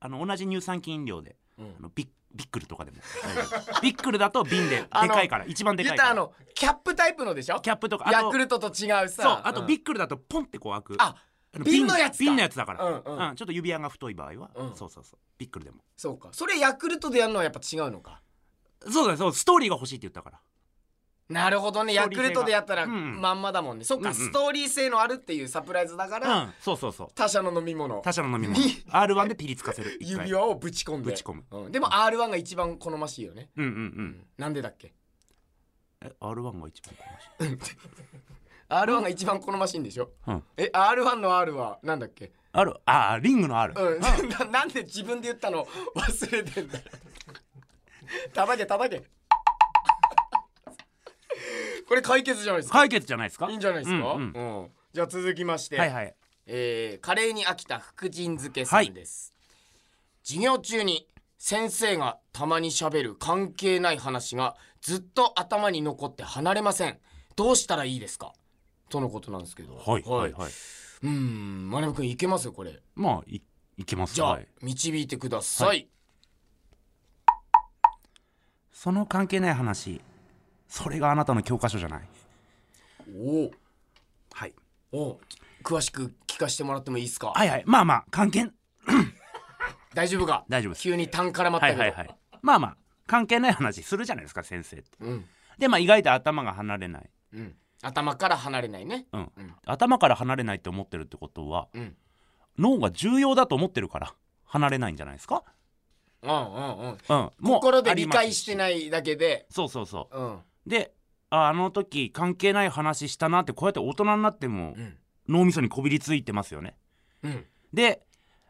B: あの同じ乳酸菌飲料で、
A: ん
B: あのビッビックルとかでも大丈夫ビックルだと瓶でで
A: あの
B: かいから一番でか
A: 言っ
B: い
A: た
B: から
A: あ
B: ら
A: のキャップタイプのでしょ
B: キャップとかあ
A: ヤ
B: と
A: クルトと違うさ
B: そうあとビ
A: ッ
B: ックルだとポンってこう開く
A: あ
B: の
A: 瓶のやつか
B: 瓶のやつだから、
A: うんうん
B: ちょっと指輪が太い場合は、
A: うん
B: そうそうそうビックルでも
A: そうかそれヤクルトでやるのはやっぱ違うのか
B: そうだねそうストーリーが欲しいって言ったから
A: なるほどね
B: スト
A: ヤ
B: ーリー
A: ク
B: 性が
A: ルトでやったら
B: うん
A: まんまだもんね、そっか、
B: うんうん
A: ストーリー性のあるっていうサプライズだから、
B: うんそうそうそう
A: 他社の飲み物
B: 他社の飲み物 R1 でピリつかせる一回
A: 指輪をぶち込んで
B: ぶち込む
A: うんでも R1 が一番好ましいよね
B: うんうんうん
A: なんでだっけ
B: え R1 が一番こ
A: R1 が一番好ましいんでしょ、
B: うん
A: え R1 の R はなんだっけ
B: あるあーリングのある、
A: うん、 [LAUGHS] ななんで自分で言ったの忘れてんだよ叩け叩けこれ解決じゃないですか
B: 解決じゃないですか
A: いいんじゃないですか、
B: う
A: うんん
B: うん
A: じゃあ続きまして、
B: はいはい
A: えーカレーに飽きた福神漬けさんです、授業中に先生がたまにしゃべる関係ない話がずっと頭に残って離れませんどうしたらいいですかとのことなんですけど
B: はいはいはい
A: うんまなぶくんいけますよこれ
B: まあいいけます
A: じゃあ、
B: はい
A: 導いてくださ
B: はいその関係ない話それがあなたの教科書じゃない
A: お
B: はい
A: おお詳しく聞かせてもらってもいいですか、
B: はいはいまあまあ関係
A: 大丈夫か
B: 大丈夫です
A: 急に単絡まったけ
B: はい
A: ど、
B: はいはいまあまあ関係ない話するじゃないですか先生って
A: うん
B: でまあ意外と頭が離れない、
A: うん、頭から離れないね
B: うん
A: うん
B: 頭から離れないって思ってるってことは
A: うん
B: 脳が重要だと思ってるから離れないんじゃないですか、
A: うんうんうん
B: うん、もう
A: 心で
B: あり
A: 理
B: ます
A: 解してないだけで
B: そうそうそう
A: うん
B: でああの時関係ない話したなってこうやって大人になっても
A: うん
B: 脳みそにこびりついてますよね
A: うん
B: で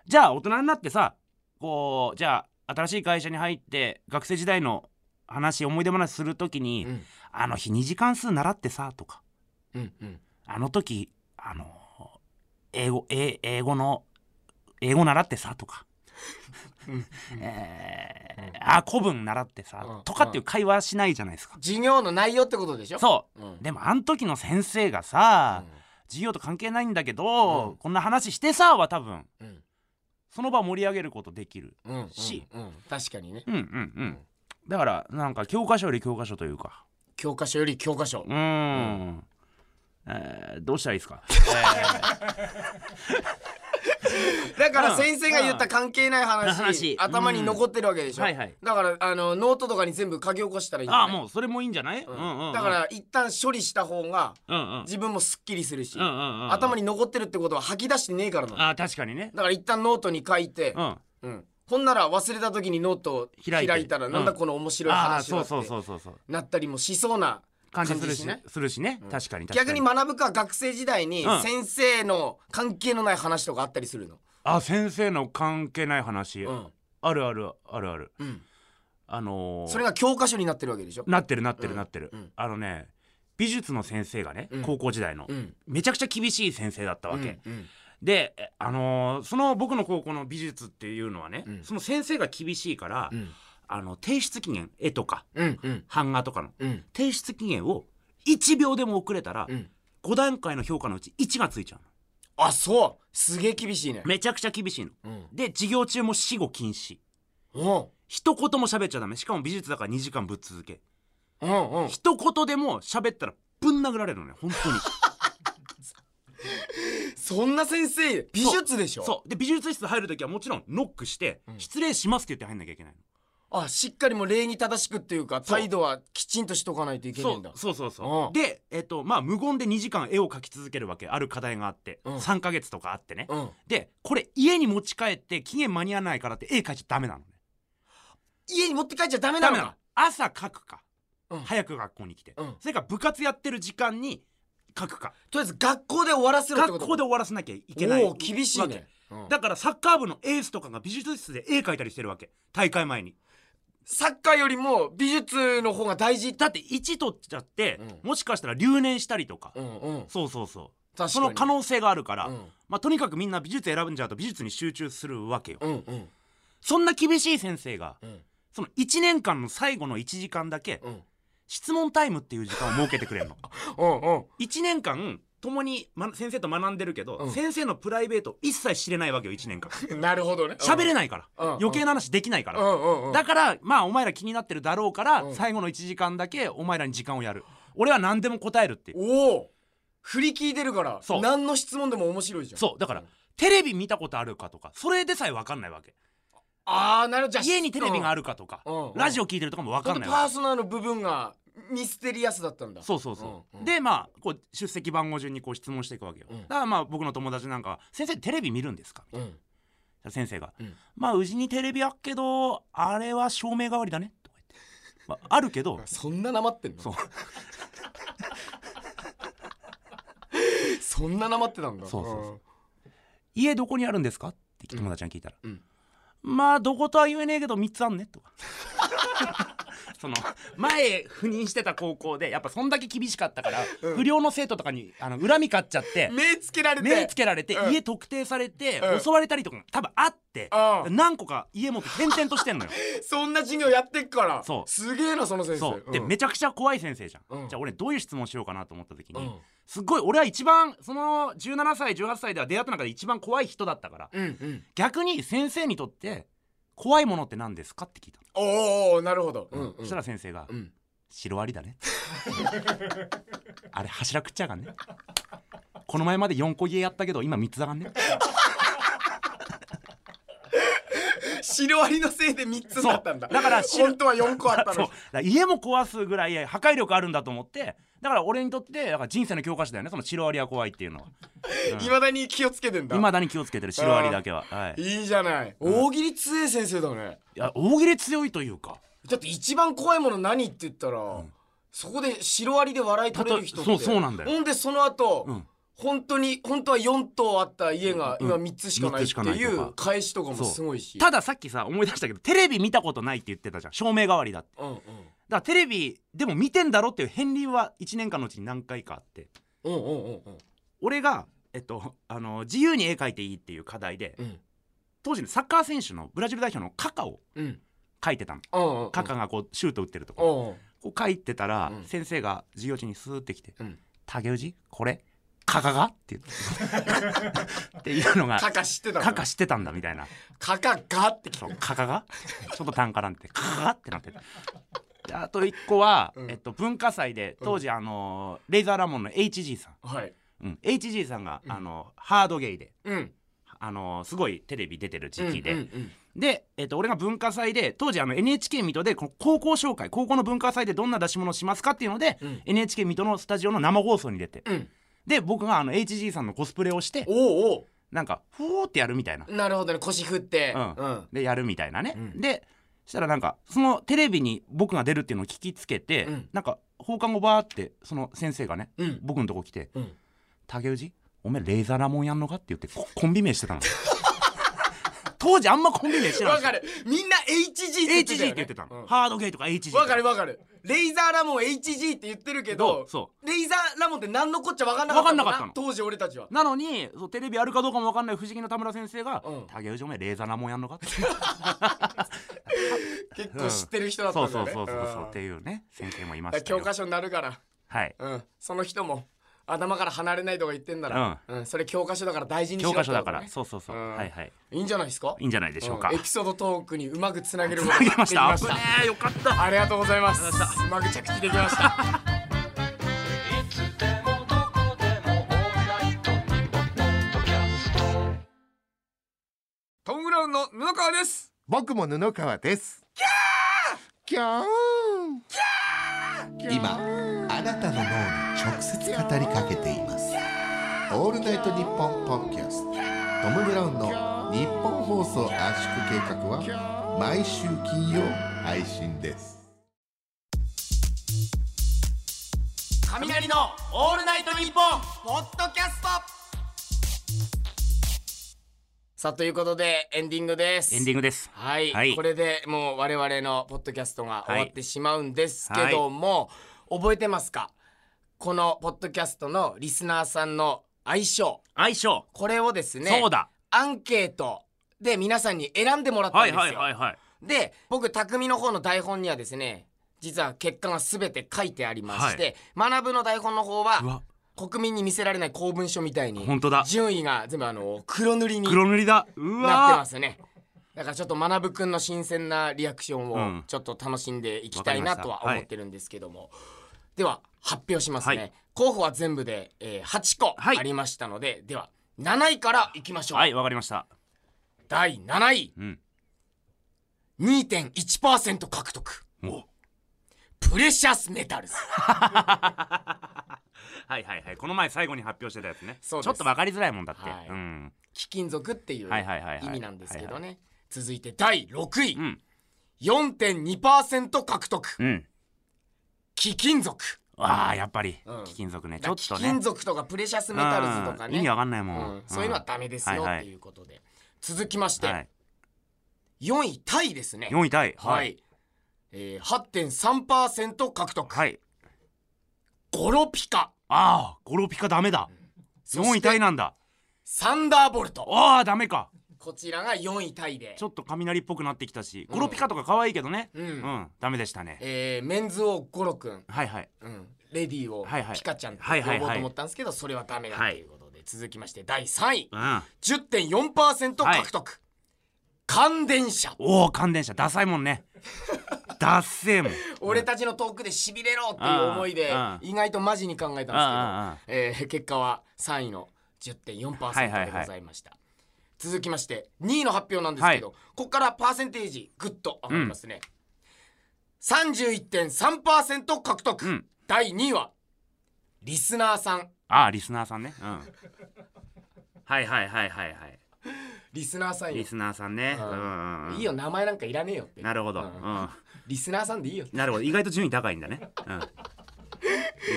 B: じゃあ大人になってさこうじゃあ新しい会社に入って学生時代の話思い出話する時に、
A: うん
B: あの日2次関数習ってさとか
A: うんうん
B: あの時あの英語英英語の英語習ってさとか、えーあ古文習ってさ、
A: うん
B: とかっていう会話しないじゃないですか、
A: 授業の内容ってことでしょ、
B: そう
A: うん、
B: うでもあの時の先生がさ、授業と関係ないんだけど、こんな話してさは多分
A: うん
B: その場を盛り上げることできる
A: うんうん
B: し
A: うん確かにね
B: うんうんうんだからなんか教科書より教科書というか
A: 教科書より教科書
B: うーん、えーどうしたらい
A: [LAUGHS]
B: いですか
A: だから先生が言った関係ない話,、
B: 話
A: 頭に残ってるわけでしょ、
B: うんはいはい
A: だからあのノートとかに全部書き起こしたらいいんじゃ
B: あ
A: な
B: あ
A: い
B: もうそれもいいんじゃない、うん、うんうん
A: だから一旦処理した方が
B: うんうん
A: 自分もすっきりするし、
B: うんうんうん
A: 頭に残ってるってことは吐き出してねえからなの
B: ああ確かにね
A: だから一旦ノートに書いて、
B: うん
A: うんほんなら忘れた時にノートを
B: 開
A: 開い
B: いて
A: たら
B: うん
A: なんだこの面白い
B: ああ
A: 話
B: そ
A: は
B: う
A: っ
B: そうそ
A: て
B: うそうそう
A: なったりもしそうな
B: 感
A: 感
B: じ
A: じ
B: するし
A: しね
B: するしね、確かに確か
A: 逆
B: に
A: に学ぶか学生時代に
B: うん
A: 先生の関係のない話とかあったりするの、
B: あ先生の関係ない話、
A: うん
B: あるあるあるある
A: うん、
B: あのー
A: それが教科書になってるわけでしょ、
B: なってるなってる
A: うん
B: なってる、
A: うん
B: あのね美術の先生がね、
A: うん
B: 高校時代の、
A: うん、
B: めちゃくちゃ厳しい先生だったわけ、
A: うん
B: でえあのーその僕の高校の美術っていうのはね、
A: うん
B: その先生が厳しいから、
A: うん
B: あの提出期限絵とか
A: うんうん
B: 版画とかの
A: うん
B: 提出期限を1秒でも遅れたら、
A: うん
B: 5段階の評価のうち1がついちゃう
A: あそうすげえ厳しいね
B: のめちゃくちゃ厳しいの
A: うん
B: で授業中も死後禁止
A: うん
B: 一言も喋っちゃダメしかも美術だから2時間ぶっ続け
A: うんうん
B: 一言でも喋ったらぶん殴られるのね本当に
A: [LAUGHS] そんな先生美術でしょ
B: そうで美術室入る時はもちろんノックして、失礼しますって言って入んなきゃいけないの
A: あしっかりもう礼儀正しくっていうか
B: そう
A: 態度はきちんとしとかないといけないんだ
B: そうそうそう
A: う
B: そうんでえっ、とまあ無言で2時間絵を描き続けるわけある課題があって、
A: うん
B: 3ヶ月とかあってね、
A: うん
B: でこれ家に持ち帰って期限間に合わないからって絵描いちゃダメなのね
A: 家に持って帰っちゃダメな
B: ダ
A: の
B: メなの
A: か
B: 朝描くか、
A: うん
B: 早く学校に来て、
A: うん
B: それか部活やってる時間に描くか
A: とりあえず学校で終わらせろってこ
B: 学
A: と
B: 校で
A: で
B: 終わらせなきゃいけない
A: おお厳しい
B: わけ
A: ね、うん
B: だからサッカー部のエースとかが美術室で絵描いたりしてるわけ大会前に
A: サッカーよりも美術の方が大事
B: だって1取っちゃって、
A: う
B: もしかしたら留年したりとか、
A: うんうん
B: そうそうそう
A: 確かに
B: その可能性があるから、
A: うん
B: まあ、とにかくみんな美術選んじゃうと美術に集中するわけよ、
A: うんうん
B: そんな厳しい先生が、
A: ん
B: その1年間の最後の1時間だけ、
A: うん [LAUGHS]
B: 質問タイムっていう時間を設けてくれるの
A: うんうん
B: 1年間共に、ま、先生と学んでるけど、先生のプライベート一切知れないわけよ1年間
A: [LAUGHS] なるほどね
B: 喋れないか
A: うん
B: ら、
A: うん
B: 余計な話できないから、
A: うんうんうん
B: だからまあお前ら気になってるだろうから、最後の1時間だけお前らに時間をやる俺は何でも答えるっていう
A: おお振り聞いてるから
B: そう
A: 何の質問でも面白いじゃん
B: そうだから、テレビ見たことあるかとかそれでさえ分かんないわけ
A: ああなるほどじゃあ
B: 家にテレビがあるかとか、 [LAUGHS] ラジ
A: オ
B: オ聞いてるとかも分
A: パ
B: かんないわ
A: ーソナルの部分がミステリアスだったんだ
B: けそうそうそう、でまあこう出席番号順にこう質問していくわけよ、だからまあ僕の友達なんかは「先生テレビ見るんですか?」みたいな、
A: うん
B: 先生が、
A: ん
B: まあうちにテレビあっけどあれは照明代わりだね」とか言って、まあ、ある
A: [LAUGHS]
B: けど
A: そんななまってんの
B: そう
A: [LAUGHS] そんななまってたんだ
B: そうそうそうん家どこにあるんですかって友達に聞いたら、
A: うん
B: まあどことは言えねえけど3つあんねとか [LAUGHS] その前赴任してた高校でやっぱそんだけ厳しかったから、不良の生徒とかにあの恨み買っちゃって
A: 目つけられて
B: 目つけられて、
A: うん
B: 家特定されて、
A: うん
B: 襲われたりとかも多分あって、
A: うん
B: 何個か家持って転々として
A: [LAUGHS]
B: んのよ
A: そんな授業やってっから
B: そう
A: すげえなその先生
B: そうで、
A: ん
B: めちゃくちゃ怖い先生じゃん、
A: うん
B: じゃあ俺どういう質問しようかなと思った時に、
A: うん
B: すっごい俺は一番その17歳18歳では出会った中で一番怖い人だったから、
A: うんうん
B: 逆に先生にとって怖いものって何ですかって聞いたの、
A: おーおーなるほど、うんうん、
B: そしたら先生が「
A: ん
B: シロアリだね」 [LAUGHS] あれ柱食っちゃうからねこの前まで4個家やったけど今3つだからね
A: シロアリのせいで3つになったんだ
B: そうだからシロ
A: 本当は4個あった
B: そうだ [LAUGHS]
A: の
B: から家も壊すぐらい破壊力あるんだと思ってだから俺にとってだから人生の教科書だよねそのシロアリは怖いっていうのはい
A: まだに気をつけてんだ
B: 未だに気をつけてるシロアリだけは、はい、い
A: いいじゃない大喜利強い先生だね
B: や大喜利強いというか
A: だって一番怖いもの何って言ったら、そこでシロアリで笑い取れる人って
B: だとそうそうなんだよ
A: ほんでその後、
B: うん
A: 本当に本当は4棟あった家が今3つしかない
B: 三つ
A: っ
B: してかない
A: い
B: とか
A: う返しとかも
B: そう
A: すごいした
B: ださっきさ思い出したけどテレビ見たことないって言ってたじゃん照明代わりだって
A: うんうん
B: だからテレビでも見てんだろっていう片鱗は1年間のうちに何回かあって
A: うんうんうんうん
B: 俺が、えっと、あの自由に絵描いていいっていう課題で、
A: うん
B: 当時のサッカー選手のブラジル代表のカカを
A: うん
B: 描いてたの、
A: うんうん
B: カカがこうシュート打ってるとこ、
A: うんうん
B: こう描いてたら、
A: うん
B: 先生が授業中にスーってきて「
A: うん
B: 竹内これカカが?」って言
A: [LAUGHS]
B: ってっていうのが
A: カカ知ってたの
B: カカ知ってたんだみたいな
A: カカガって
B: そうカカがちょっと単価なんてカカがってなってであと一個は、
A: うん
B: えっと、文化祭で当時、あのレイザーラモンの HG さん
A: はい
B: うん、HG さんが、あのハードゲイで、
A: うん
B: あのすごいテレビ出てる時期で、
A: うんうん
B: で、えっと俺が文化祭で当時あの NHK 水戸でこの高校紹介高校の文化祭でどんな出し物しますかっていうので、
A: うん
B: NHK 水戸のスタジオの生放送に出て、
A: うん
B: で僕があの HG さんのコスプレをして
A: うんおうお
B: なんか「ふー」ってやるみたいな
A: うなるほどね腰振って
B: うん
A: うん
B: でやるみたいなね、
A: うん
B: でしたらなんかそのテレビに僕が出るっていうのを聞きつけて、
A: うん
B: なんか放課後バーってその先生がね、
A: うん
B: 僕のとこ来て
A: うん
B: 「竹内お前レーザーラモンやんのか?」って言ってココンビ名してたの [LAUGHS] 当時あんまコンビ名してな
A: わ
B: い
A: かるみんな HG って
B: HG
A: 言
B: って言
A: っ
B: ってて
A: たよね
B: たの、
A: うん
B: ハードゲイとか HG
A: わかるわかるレイザーラモン HG って言ってるけど
B: そ
A: レイザーラモンって何のこっちゃわかんなかった
B: わかんなかったの
A: 当時俺たちは
B: なのにそうテレビあるかどうかもわかんない不思議の田村先生が
A: うん
B: 「竹内お前レーザーラモンやんのか?」って
A: 結構知ってる人だった
B: そ
A: ん
B: う
A: だ
B: そ
A: よね
B: うそうそうそうっ
A: ん
B: ていうね先生もいま
A: だから
B: したよ
A: 教科書になるから
B: はい
A: うんその人も頭から離れないとか言ってんならうんそれ教科書だから大事にしろ
B: 教
A: ってこと
B: 科書だから
A: ね
B: そうそうそう
A: うん
B: はいはい
A: いいんじゃないですか
B: いいんじゃないでしょうか
A: うんエピソードトークにうまくつなげること
B: あ
A: が
B: げ
A: でき
B: ま
A: ま
B: し
A: したた
B: 危ねえよかった
A: ありがとうございますうまく着地できましたトム・ブラウンの布川です
K: 僕も布川ですキャーキャー
L: 今あなたの脳に直接語りかけています「オールナイトニッポン」ポッドキャストトム・ブラウンの日本放送圧縮計画は毎週金曜配信です
A: 雷のオールナイトニッポンポッドキャストさあということでエンディングです
B: エンディングです
A: はい、
B: はい
A: これでもう我々のポッドキャストが終わってしまうんですけども、覚えてますかこのポッドキャストのリスナーさんの相性
B: 相性
A: これをですね
B: そうだ
A: アンケートで皆さんに選んでもらったん
B: は
A: で
B: い
A: すよ、
B: はいはいはい
A: で僕匠の方の台本にはですね実は結果が全て書いてありまして、学ぶの台本の方は
B: うわ
A: 国民に見せられない公文書みたいに
B: 本当だ
A: 順位が全部あの黒塗りに
B: 黒塗りだう
A: なって
B: わ
A: ますねだからちょっと学ぶくんの新鮮なリアクショ
B: う
A: ンを
B: ん
A: ちょっと楽しんでいきたいなとは思ってるんですけども、では発表しますね、候補は全部で、えー8個ありましたので、では7位からいきましょう
B: はいわかりました
A: 第7位、
B: うん
A: 2.1%獲得プレシャスメタ
B: [LAUGHS]
A: ルズ
B: はいはいはいこの前最後に発表してたやつねち
A: そ
B: ょ
A: う
B: っ
A: です
B: とわかりづらいもんだって、
A: はい
B: うん
A: 貴金属っていう
B: はいはいはいはい
A: 意味なんですけどね、
B: はい
A: 続いて第6位、4.2%獲得
B: うん
A: 貴金属
B: ああやっぱり、
A: うん
B: 貴金属ねちょ
A: だ
B: っと
A: 貴
B: ね
A: 金属とかプレシャスメタルズとか
B: うん
A: ね
B: 意味わかんないもん、
A: うんそういうのはダメですよっていうことで、続きまして、
B: はい
A: 4位タイですね
B: 4位タイ
A: はい、
B: はい
A: えー、8.3%獲得
B: はい
A: ゴロピカ
B: ああゴロピカダメだ
A: そして
B: 4位タイなんだ
A: サンダーボルト
B: ああダメか
A: こちらが4位タイで
B: ちょっと雷っぽくなってきたしゴロピカとか可愛いけどね
A: うん
B: うん、ダメでしたね
A: えーメンズ王ゴロくん、
B: はいはい
A: うん、レディーを
B: はいはい
A: ピカちゃんと
B: はいはい
A: 呼
B: はい
A: ぼうと思ったんですけどそれはダメだということで、続きまして第3位
B: うん
A: 10.4%獲得、乾電車
B: おお乾電車ダサいも
A: [LAUGHS]
B: んねダッセーもん
A: 俺たちのトークでしびれろっていう思いで
B: うん
A: 意外とマジに考えたんですけど、えー結果は3位の
B: はいはい
A: 10.4%で
B: はい
A: ございました、続きまして2位の発表なんですけど、ここからパーセンテージグッと上がりますね、31.3%獲得、第2位はリスナーさん
B: ああリスナーさんねうんはいはいはいはいはい
A: リスナーさんよ
B: リスナーさんね、うんうんうん
A: いいよ名前なんかいらねえよって
B: なるほど、うん
A: リスナーさんでいいよ
B: なるほど意外と順位高いんだね、うん、リ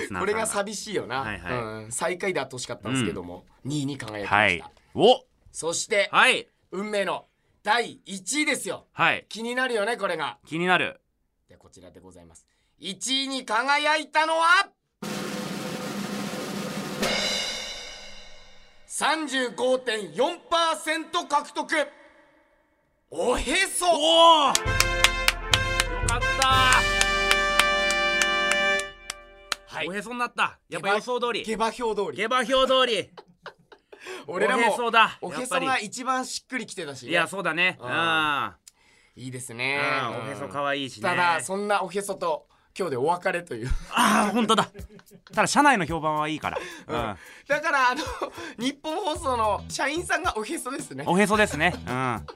B: スナーさん
A: [LAUGHS] これが寂しいよな、
B: はいはい
A: うん最下位であってほしかったんですけども、2位に輝きました、
B: はいお
A: そして、
B: はい、
A: 運命の第1位ですよ
B: はい
A: 気になるよねこれが
B: 気になる
A: でこちらでございます1位に輝いたのは35.4%獲得おへそ
B: およかった
A: はい
B: おへそになったやっぱ予想通り
A: 下馬評通り
B: 下馬評通り
A: 俺らも
B: おへそだ
A: おへそ
B: やっぱ
A: が
B: り
A: 一番しっくりきてたしね、
B: いやそうだね
A: うん
B: あ
A: いいですね
B: あおへそ可愛いしね
A: ただそんなおへそと今日でお別れという
B: あ本当だただ社内の評判はいいから、
A: だからあの [LAUGHS] 日本放送の社員さんがおへそですね
B: うん、おへそですねうん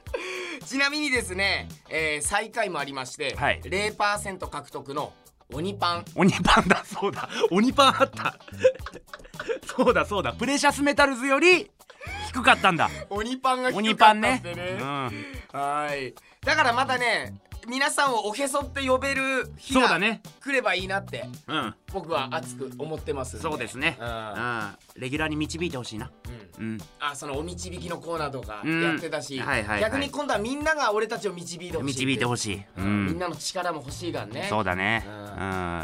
A: ちなみにですね、えー最下位もありまして、
B: はい
A: 0%獲得の鬼パン
B: 鬼パンだそうだ鬼パンあった [LAUGHS] そうだそうだプレシャスメタルズより低かったんだ
A: 鬼パンが低
B: 鬼
A: か
B: パ
A: っ
B: ン
A: た
B: ね
A: んでね
B: うん
A: はいだからまたね皆さんをおへそって呼べる日
B: そう
A: が
B: だね
A: 来ればいいなって
B: うん
A: 僕は熱く思ってますんで
B: そうですねうんレギュラーに導いてほしいなうん
A: あそのお導きのコーナーとか
B: うん
A: やってたし、
B: はいはいはい
A: 逆に今度はみんなが俺たちを導いてほしい
B: 導いてほしい
A: うん
B: うん
A: みんなの力も欲しいからね
B: そうだね
A: う
B: うんん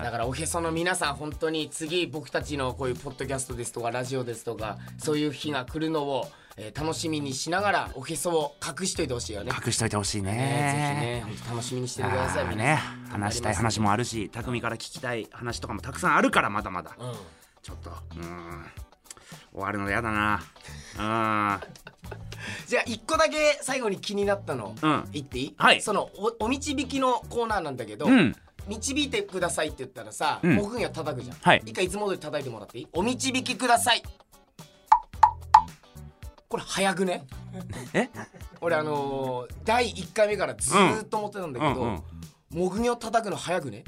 A: だからおへその皆さん本当に次僕たちのこういうポッドキャストですとかラジオですとかそういう日が来るのを、えー楽しみにしながらおへそを隠しといてほしいよね。
B: 隠しといてほしい
A: ね
B: ね
A: ぜひね本当楽しみにしててください
B: あー
A: 皆
B: ね
A: さん
B: 話したい話もあるし匠から聞きたい話とかもたくさんあるからまだまだ
A: うん
B: ちょっとうん終わるのやだなうん
A: じゃあ一個だけ最後に気になったの、
B: うん
A: 言っていい、
B: はい
A: そのおお導きのコーナーなんだけど、
B: うん
A: 導いてくださいって言ったらさ、
B: うん
A: 僕には叩くじゃん、
B: はい
A: 一回いつも通り叩いてもらっていいお導きくださいこれ早くね
B: え
A: 俺あのー第1回目からずーっと思ってたんだけど、
B: うんうん
A: 木魚叩くの早くね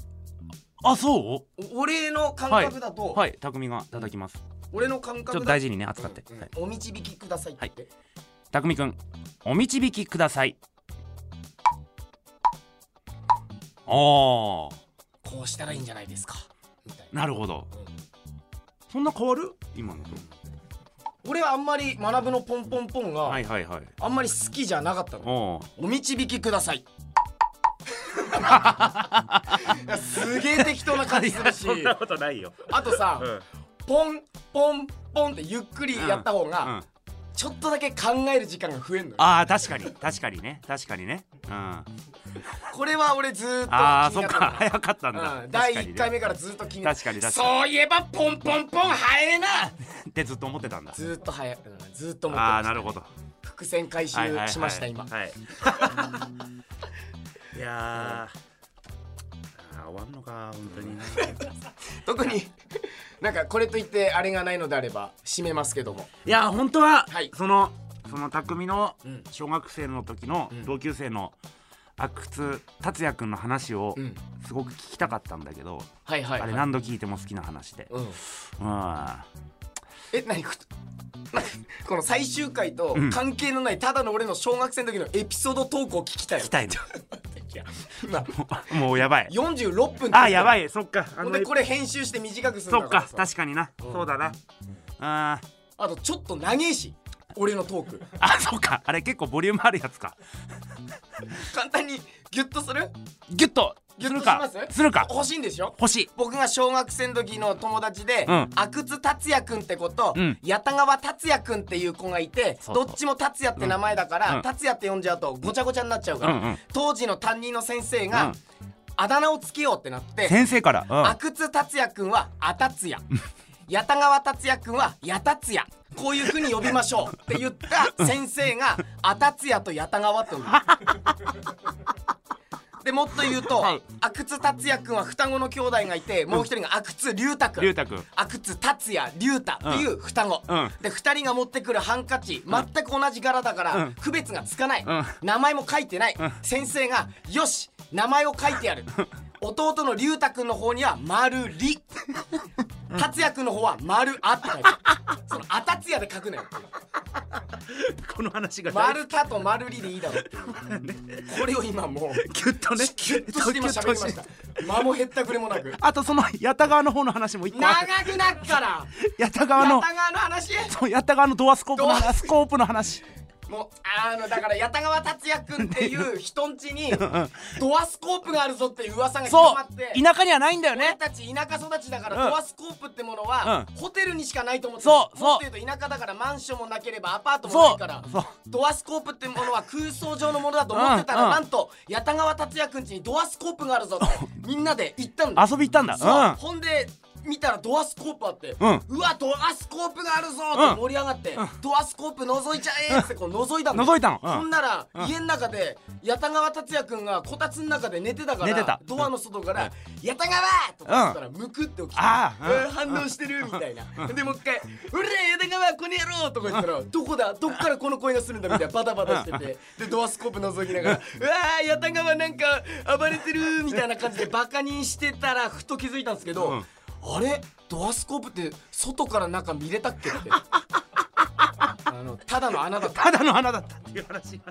B: あそう
A: お俺の感覚だと、
B: はいはい匠が叩きますち
A: 俺の感
B: ょっ
A: 覚だ
B: と大事にね扱って、はい
A: お導きくださいって言って、
B: 匠くんお導きくださいああ
A: こうしたらいいんじゃないですか
B: なるほどそんな変わる今のと
A: 俺はあんまり学ぶのポンポンポンが、
B: はいはいはい
A: あんまり好きじゃなかったの
B: おー
A: お導きくだ
B: [LAUGHS]
A: さいいやすげえ適当な感じするし
B: そんなことないよ
A: あとさ、
B: うん
A: ポンポンポンってゆっくりやった方が、
B: うん
A: ちょっとだけ考える時間が増えんのよ
B: ああ確かに確かにね確かにねうんあ
A: これは俺ずーっと気にな
B: あ
A: って
B: ーそったか [LAUGHS] 早かったんだ、
A: うん第
B: 確かに
A: 1
B: ね
A: 回目からずっと気になって
B: 確かに確かに
A: そういえばポンポンポンハエな
B: ってずっと思ってたんだ
A: ずっと早くずっと思ってました
B: ああなるほど
A: 伏線回収
B: はいはいはい
A: しました今 [LAUGHS]
B: はいいやーあー終わんのか本当に
A: 特に [LAUGHS] なんかこれといってあれがないのであれば締めますけども
B: いや本当は、そのその匠の小学生の時の同級生の阿久津達也君の話をすごく聞きたかったんだけど、
A: はいはいはい
B: あれ何度聞いても好きな話で、
A: うん
B: まあ
A: え何こな [LAUGHS] この最終回と
B: うん
A: 関係のないただの俺の小学生の時のエピソードトークを聞きたい
B: 聞
A: [LAUGHS]
B: きたい
A: 今
B: の [LAUGHS] も
A: [LAUGHS]
B: うやばい
A: 46分
B: あやばいそっかあ
A: ほ
B: の
A: んでこれ編集して短くする
B: そ
A: ん
B: っ
A: だから
B: か
A: さ
B: 確かにな、そうだなあー
A: あとちょっと長えし俺のトーク
B: あそっかあれ結構ボリュームあるやつか
A: 簡単にギュッとする
B: ギュッと
A: ギュッとし
B: か
A: ます
B: するか
A: 欲しいんでしょ
B: 欲しい
A: 僕が小学生の時の友達で、
B: うん
A: 阿久津達也くんってこと、
B: うん
A: 八田川達也くんっていう子がいて
B: そうそう
A: どっちも達也って名前だから、
B: うん
A: 達也って呼んじゃうとごちゃごちゃになっちゃうから、
B: うんうん
A: 当時の担任の先生が、
B: うん
A: あだ名をつけようってなって
B: 先生から、うん
A: 阿久津達也くんは阿達
B: [LAUGHS]
A: 也八田川達也くんは八達也こういうふうに呼びましょうって言
B: [LAUGHS]
A: った先生が阿達也と八田川と呼ぶでもっと言うと阿久津達也くんは双子の兄弟がいてもう一人が阿久津龍太くん
B: 龍太君
A: 阿久津達也龍太っていう双子、
B: うん
A: で2人が持ってくるハンカチ全く同じ柄だから、
B: うん
A: 区別がつかない、
B: うん
A: 名前も書いてない、
B: うん
A: 先生が「よし名前を書いてやる」弟の龍太くんの方には「丸り」達也くんの方は「丸あ」って書いてあるその「あ達也」で書くなよ
B: この話が大好き
A: 丸太と丸りでいいだろうっていうこれを今もう
B: ギュッとね
A: ギュッとして今喋りました間も減ったくれもなく
B: あとその八田川の方の話も一個
A: 長
B: ある
A: くなっから
B: 八田川の
A: 八田川の話
B: そう八田川のドアスコープの話スコープの話
A: もうあのだから八田川達也君っていう人んち
B: [LAUGHS]
A: にドアスコープがあるぞっていう噂が広まって
B: そう田舎にはないんだよね
A: 俺たち田舎育ちだか
B: う
A: ら
B: ん
A: ドアスコープってものは
B: う
A: ホテルにしかないと思ってた
B: そうそう
A: もっと言うと田舎だからマンションもなければアパートもないから
B: そう
A: ドアスコープってものは空想上のものだと思ってた
B: うん
A: ら
B: うん
A: なんと八田川達也君ちにドアスコープがあるぞってみんなで行ったんだ
B: 遊び行ったんだ
A: そう
B: うん
A: ほんで見たらドアスコープあって、
B: う
A: わドアスコープがあるぞって盛り上がって、ドアスコープ覗いちゃえーってこう覗いたの、
B: 覗いたのうん
A: ほんなら、
B: うん
A: 家の中で八田川達也くんがこたつの中で寝てたから
B: 寝てた
A: ドアの外から「八田川!」とか言ったら、むくって起きて、
B: ああう
A: え
B: ん
A: ー反応してるみたいな、でもう一回「うれ八田川この野郎!」とか言ったら、どこだどっからこの声がするんだみたいなバタバタしてて、でドアスコープ覗きながら「うわー八田川なんか暴れてる!」みたいな感じでバカにしてたらふと気づいたんですけど、あれドアスコープって外から中見れたっけってあのただの穴だった
B: ただの穴だったっていう話が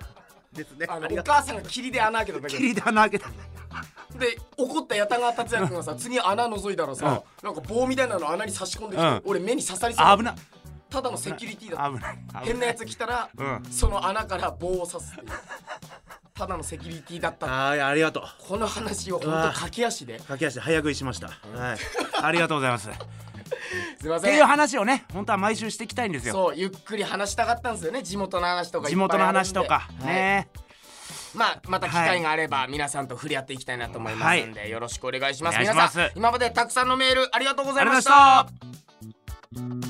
B: ですね
A: あの
B: [LAUGHS] あり
A: お
B: が
A: 母さんが霧で穴開けただけ
B: 霧で穴開けた
A: で怒った八田川達也君がさ次穴覗いたらさ、なんか棒みたいなの穴に差し込んできて、
B: うん
A: 俺目に刺さりそう
B: 危ない
A: ただのセキュリティだった
B: 危ない危ない
A: 変なやつ来たら、
B: うん
A: その穴から棒を刺すっていうただのセキュリティだった
B: あーいやありがとう
A: この話を本当駆け足で
B: 駆け足で早食いしました、はいありがとうございますっ
A: すいません
B: ていう話をね本当は毎週していきたいんですよ
A: そうゆっくり話したかったんですよね地元の話とかいっぱい
B: 地元の話とか
A: あるんで
B: ね、
A: まあまた機会があれば皆さんと触れ合っていきたいなと思いますんで、よろしくお願いします
B: お願いします
A: 皆さん今までたくさんのメールありがとうございまし
B: ありがとうございました